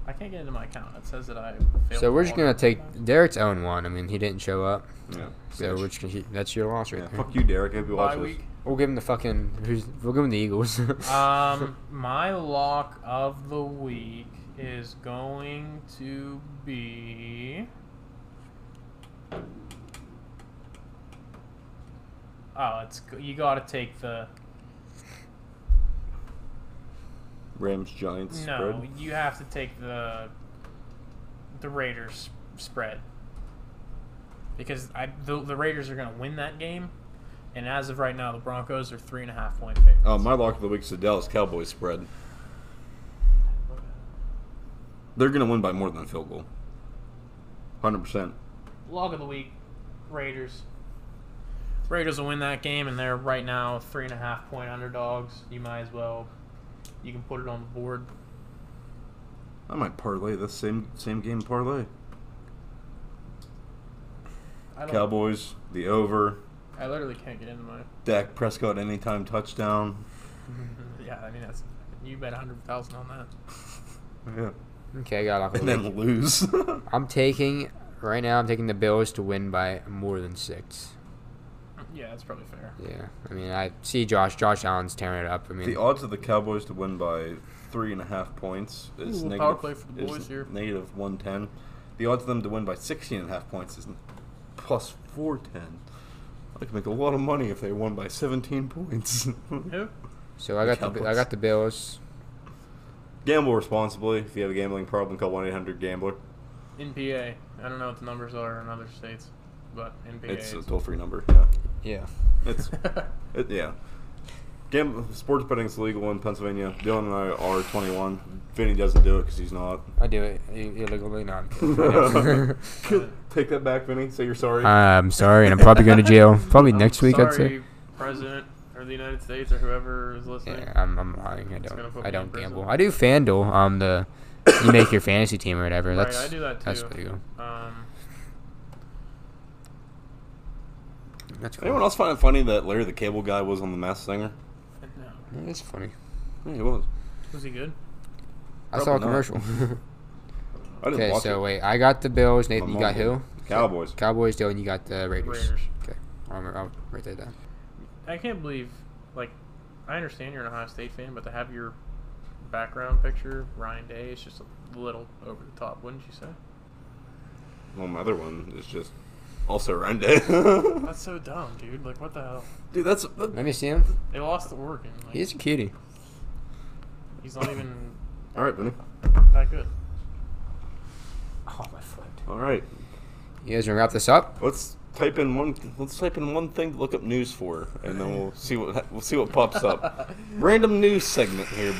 I can't get into my account. It says that I. Failed
So
to
we're just
log
gonna
in.
take Derek's own one. I mean, he didn't show up,
Yeah.
so we're just gonna, he, that's your loss right
yeah,
there.
fuck you, Derek. I hope you watch
bye
this.
week.
We'll give him the fucking. Who's, we'll give him the Eagles.
Um, my lock of the week is going to be. Oh, it's go- you got to take the
Rams Giants
no.
spread.
You have to take the the Raiders spread because I the, the Raiders are going to win that game, and as of right now, the Broncos are three and a half point favorites.
Oh, my lock of the week is the Dallas Cowboys spread. They're gonna win by more than a field goal. Hundred percent.
Log of the week, Raiders. Raiders will win that game, and they're right now three and a half point underdogs. You might as well, you can put it on the board.
I might parlay this same same game parlay.
I don't,
Cowboys, the over,
I literally can't get into my.
Dak Prescott anytime touchdown.
Yeah, I mean that's you bet a hundred thousand on that.
Yeah.
Okay, I got off.
And
the
then lose.
I'm taking right now. I'm taking the Bills to win by more than six.
Yeah, that's probably fair.
Yeah, I mean, I see Josh. Josh Allen's tearing it up. I mean,
the odds of the Cowboys to win by three and a half points is
Ooh,
negative.
power play for the
is
boys here.
negative one ten. The odds of them to win by sixteen and a half points is plus four ten. I could make a lot of money if they won by seventeen points.
Who?
so I
the
got the, I
Cowboys.
got the Bills.
Gamble responsibly. If you have a gambling problem, call one eight hundred Gambler.
NPA. I don't know what the numbers are in other states, but NPA.
It's a
is-
toll free number. Yeah.
Yeah.
It's it, yeah. Gam- sports betting is legal in Pennsylvania. Dylan and I are 21. Vinny doesn't do it because he's not.
I do it i- illegally, not.
Take that back, Vinny. Say you're sorry.
I'm sorry, and I'm probably going to jail probably
I'm
next week.
Sorry,
I'd say.
President or the United States or whoever is listening.
Yeah, I'm. I'm lying. I
gonna put
don't.
me
I
in
don't
prison.
gamble. I do FanDuel. Um, the you make your fantasy team or whatever.
Right,
That's
I do that
That's
too.
pretty cool.
Um,
That's cool.
Anyone else find it funny that Larry the Cable Guy was on The Masked Singer?
no.
That's funny.
Yeah, he was.
Was he good?
I saw a
Probably not.
commercial.
I didn't
okay,
watch
so
it.
wait, I got the Bills. Nathan,
My
you got
mom did.
who?
Cowboys.
Cowboys, Dylan. You got the Raiders.
Raiders.
I'll, remember- I'll write that down.
I can't believe, like, I understand you're an Ohio State fan, but to have your background picture, Ryan Day, is just a little over the top, wouldn't you say?
Well, my other one is just also Rende.
That's so dumb, dude. Like, what the hell?
Dude, that's that-
Let me see him.
They lost to Oregon. Like,
He's a cutie.
he's not even
all right, Vinny.
that good.
Oh my foot.
All right,
You guys gonna wrap this up?
let's type in one. Let's type in one thing to look up news for, and then we'll see what we'll see what pops up. Random news segment here,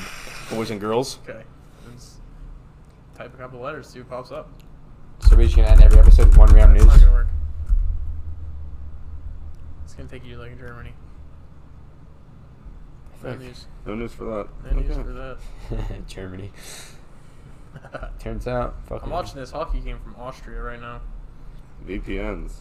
boys and girls.
Okay. Let's type a couple letters, see what pops up.
So we're just gonna end every episode with one round
That's not
news.
gonna work. It's gonna take you to like Germany. No
Fuck.
news.
No news for that.
No news
Okay.
for that.
Germany. Turns out, fucking.
I'm watching this hockey game from Austria right now.
VPNs.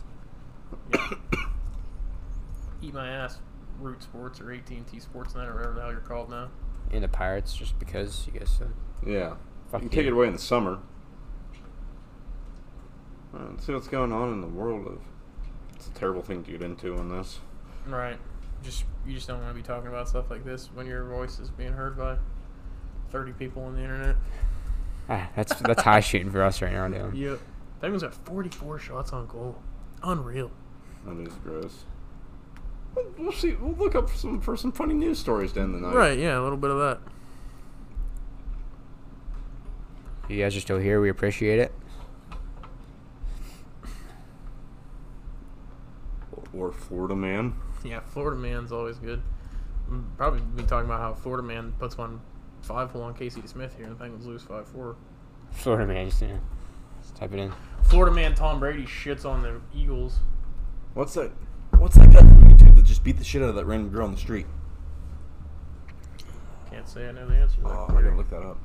Eat my ass. Root Sports or AT&T Sportsnet or whatever the hell you're called now.
in the Pirates just because you guys said.
Yeah.
Fuck
you can
you.
take it away in the summer. All right, let's see what's going on in the world of. It's a terrible thing to get into on this.
Right. Just you just don't want to be talking about stuff like this when your voice is being heard by 30 people on the internet.
Ah, that's that's high shooting for us right now, dude.
Yep. That one's got 44 shots on goal. Unreal.
That is gross. We'll- We'll see. We'll look up some for some funny news stories to end the night.
Right, yeah, a little bit of that.
You guys are still here. We appreciate it.
Or Florida man.
Yeah, Florida man's always good. I'm probably be talking about how Florida man puts one five hole on Casey Smith here, and the Penguins lose five four.
Florida man, just, yeah. just type it in.
Florida man Tom Brady shits on the Eagles.
What's that? What's that guy from YouTube that just beat the shit out of that random girl on the street?
Can't say I know the answer. to that.
Oh, I gotta look that up.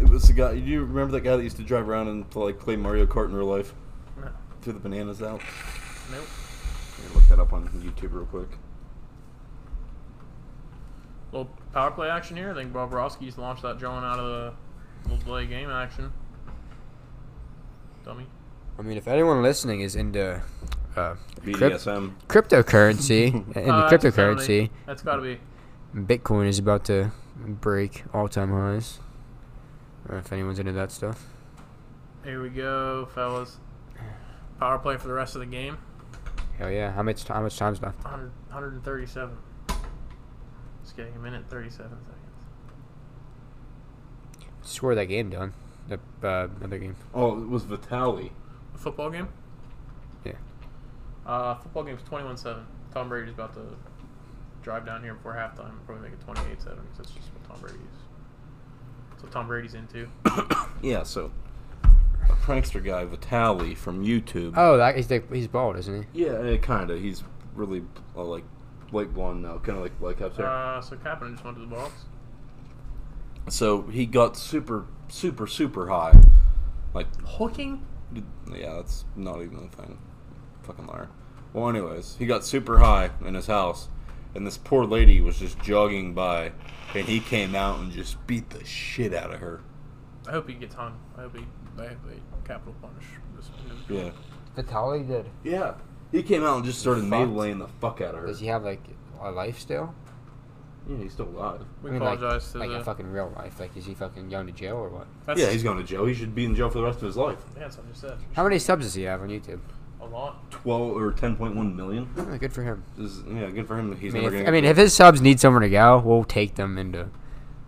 It was the guy. Do you remember that guy that used to drive around and like play Mario Kart in real life?
No.
Threw the bananas out.
Nope.
I gotta look that up on YouTube real quick.
Little power play action here. I think Bobrovsky's launched that drawing out of the little delay game action. Dummy.
I mean, if anyone listening is into uh, crypt-
BDSM.
cryptocurrency, into
Uh, that's
cryptocurrency,
gotta be- That's got to be.
Bitcoin is about to break all-time highs. Or if anyone's into that stuff,
Here we go, fellas. Power play for the rest of the game.
hell yeah. How much how much time's left?
100, 137. Just getting a minute, 37 seconds.
Swear that game done. The uh, other game.
Oh, it was Vitali.
A football game?
Yeah.
Uh, football game's 21 7. Tom Brady's about to drive down here before halftime and probably make it 28 7 because that's just what Tom Brady is. That's what Tom Brady's into.
Yeah, so a prankster guy, Vitali from YouTube.
Oh, that he's the, he's bald, isn't he?
Yeah, eh, kinda. He's really uh, like light blonde now, kind of like like up there.
Uh, so Kaepernick just went to the box.
So he got super, super, super high. Like,
Hooking?
yeah, that's not even a thing. Fucking liar. Well, anyways, he got super high in his house, and this poor lady was just jogging by, and he came out and just beat the shit out of her.
I hope he gets hung. I hope he. I hope they capital punish this individual.
Yeah.
Vitaly did.
Yeah. He came out and just started
Fucked.
meleeing the fuck out of her.
Does he have like a life still?
yeah, he's still alive.
We
I mean, like-
apologize
like
to
a
the.
fucking real life. Like, is he fucking going to jail or what?
That's,
Yeah, he's going to jail. He should be in jail for the rest of his life.
yeah, that's what I just said.
How many subs does he have on YouTube?
A lot.
Twelve or ten point one million.
Oh, good for him.
Is, yeah, good for him. He's
I mean,
never
if,
gonna.
I mean, if his subs need somewhere to go, we'll take them into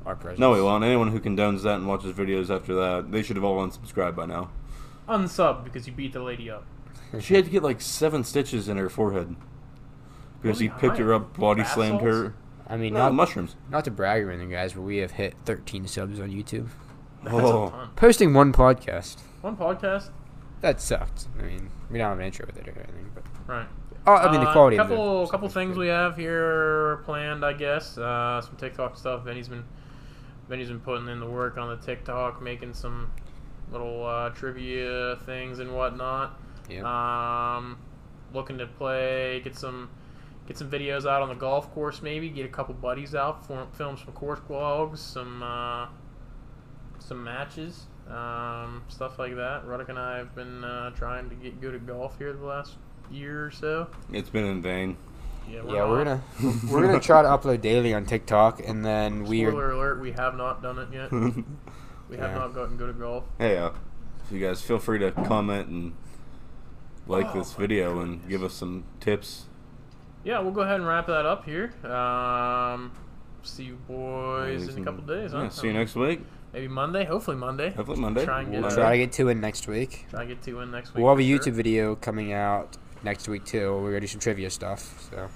our presence.
no, he won't. Anyone who condones that and watches videos after that, they should have all unsubscribed by now.
Unsub because you beat the lady up.
She had to get like seven stitches in her forehead because he
Really
picked her
high.
up, body slammed her.
I mean,
No,
not,
mushrooms.
not to brag or anything, guys, but we have hit 13 subs on YouTube.
That's a
Oh,
ton.
Posting one podcast.
One podcast.
That sucked. I mean, we don't have an intro with it or anything, but
Right.
oh, I mean, the
Uh,
quality. of the
couple
stuff
couple
is
things
good.
we have here planned, I guess. Uh, some TikTok stuff. Vinny's been Vinny's been putting in the work on the TikTok, making some little uh, trivia things and whatnot.
Yeah.
Um, looking to play, get some get some videos out on the golf course, maybe get a couple buddies out, form, film some course blogs, some uh, some matches, um, stuff like that. Ruddick and I have been uh, trying to get good at golf here the last year or so.
it's been in vain.
yeah, we're
not-
gonna we're gonna try to upload daily on TikTok, and then we
Spoiler alert: We have not done it yet. We have
Hmm. Yeah.
not gotten good at golf.
hey, uh, you guys feel free to comment and like
Oh
this
my
video and give us some tips.
Yeah, we'll go ahead and wrap that up here. Um, see you boys in a couple days.
Yeah,
huh?
see you next week.
Maybe Monday. Hopefully Monday.
Hopefully Monday.
Try and get
We'll
it.
try to get two in next week.
Try to get two in next week.
We'll have
for
a
sure.
YouTube video coming out next week too. We're gonna do some trivia stuff, so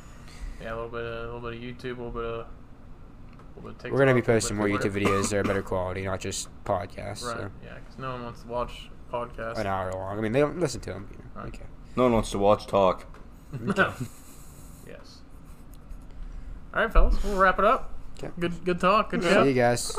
Yeah, a little bit, of, a little bit of YouTube, a little bit of. a little bit of TikTok,
we're gonna
a little
be
bit
posting more
of Twitter.
YouTube videos that are better quality, not just podcasts.
Right. Yeah, because no one wants to watch podcasts.
So an hour long. I mean, they don't listen to them. You know.
Right.
Okay.
No one wants to watch talk.
yes. All right, fellas, we'll wrap it up.
Okay.
Good, good talk. Good
See
show.
you guys.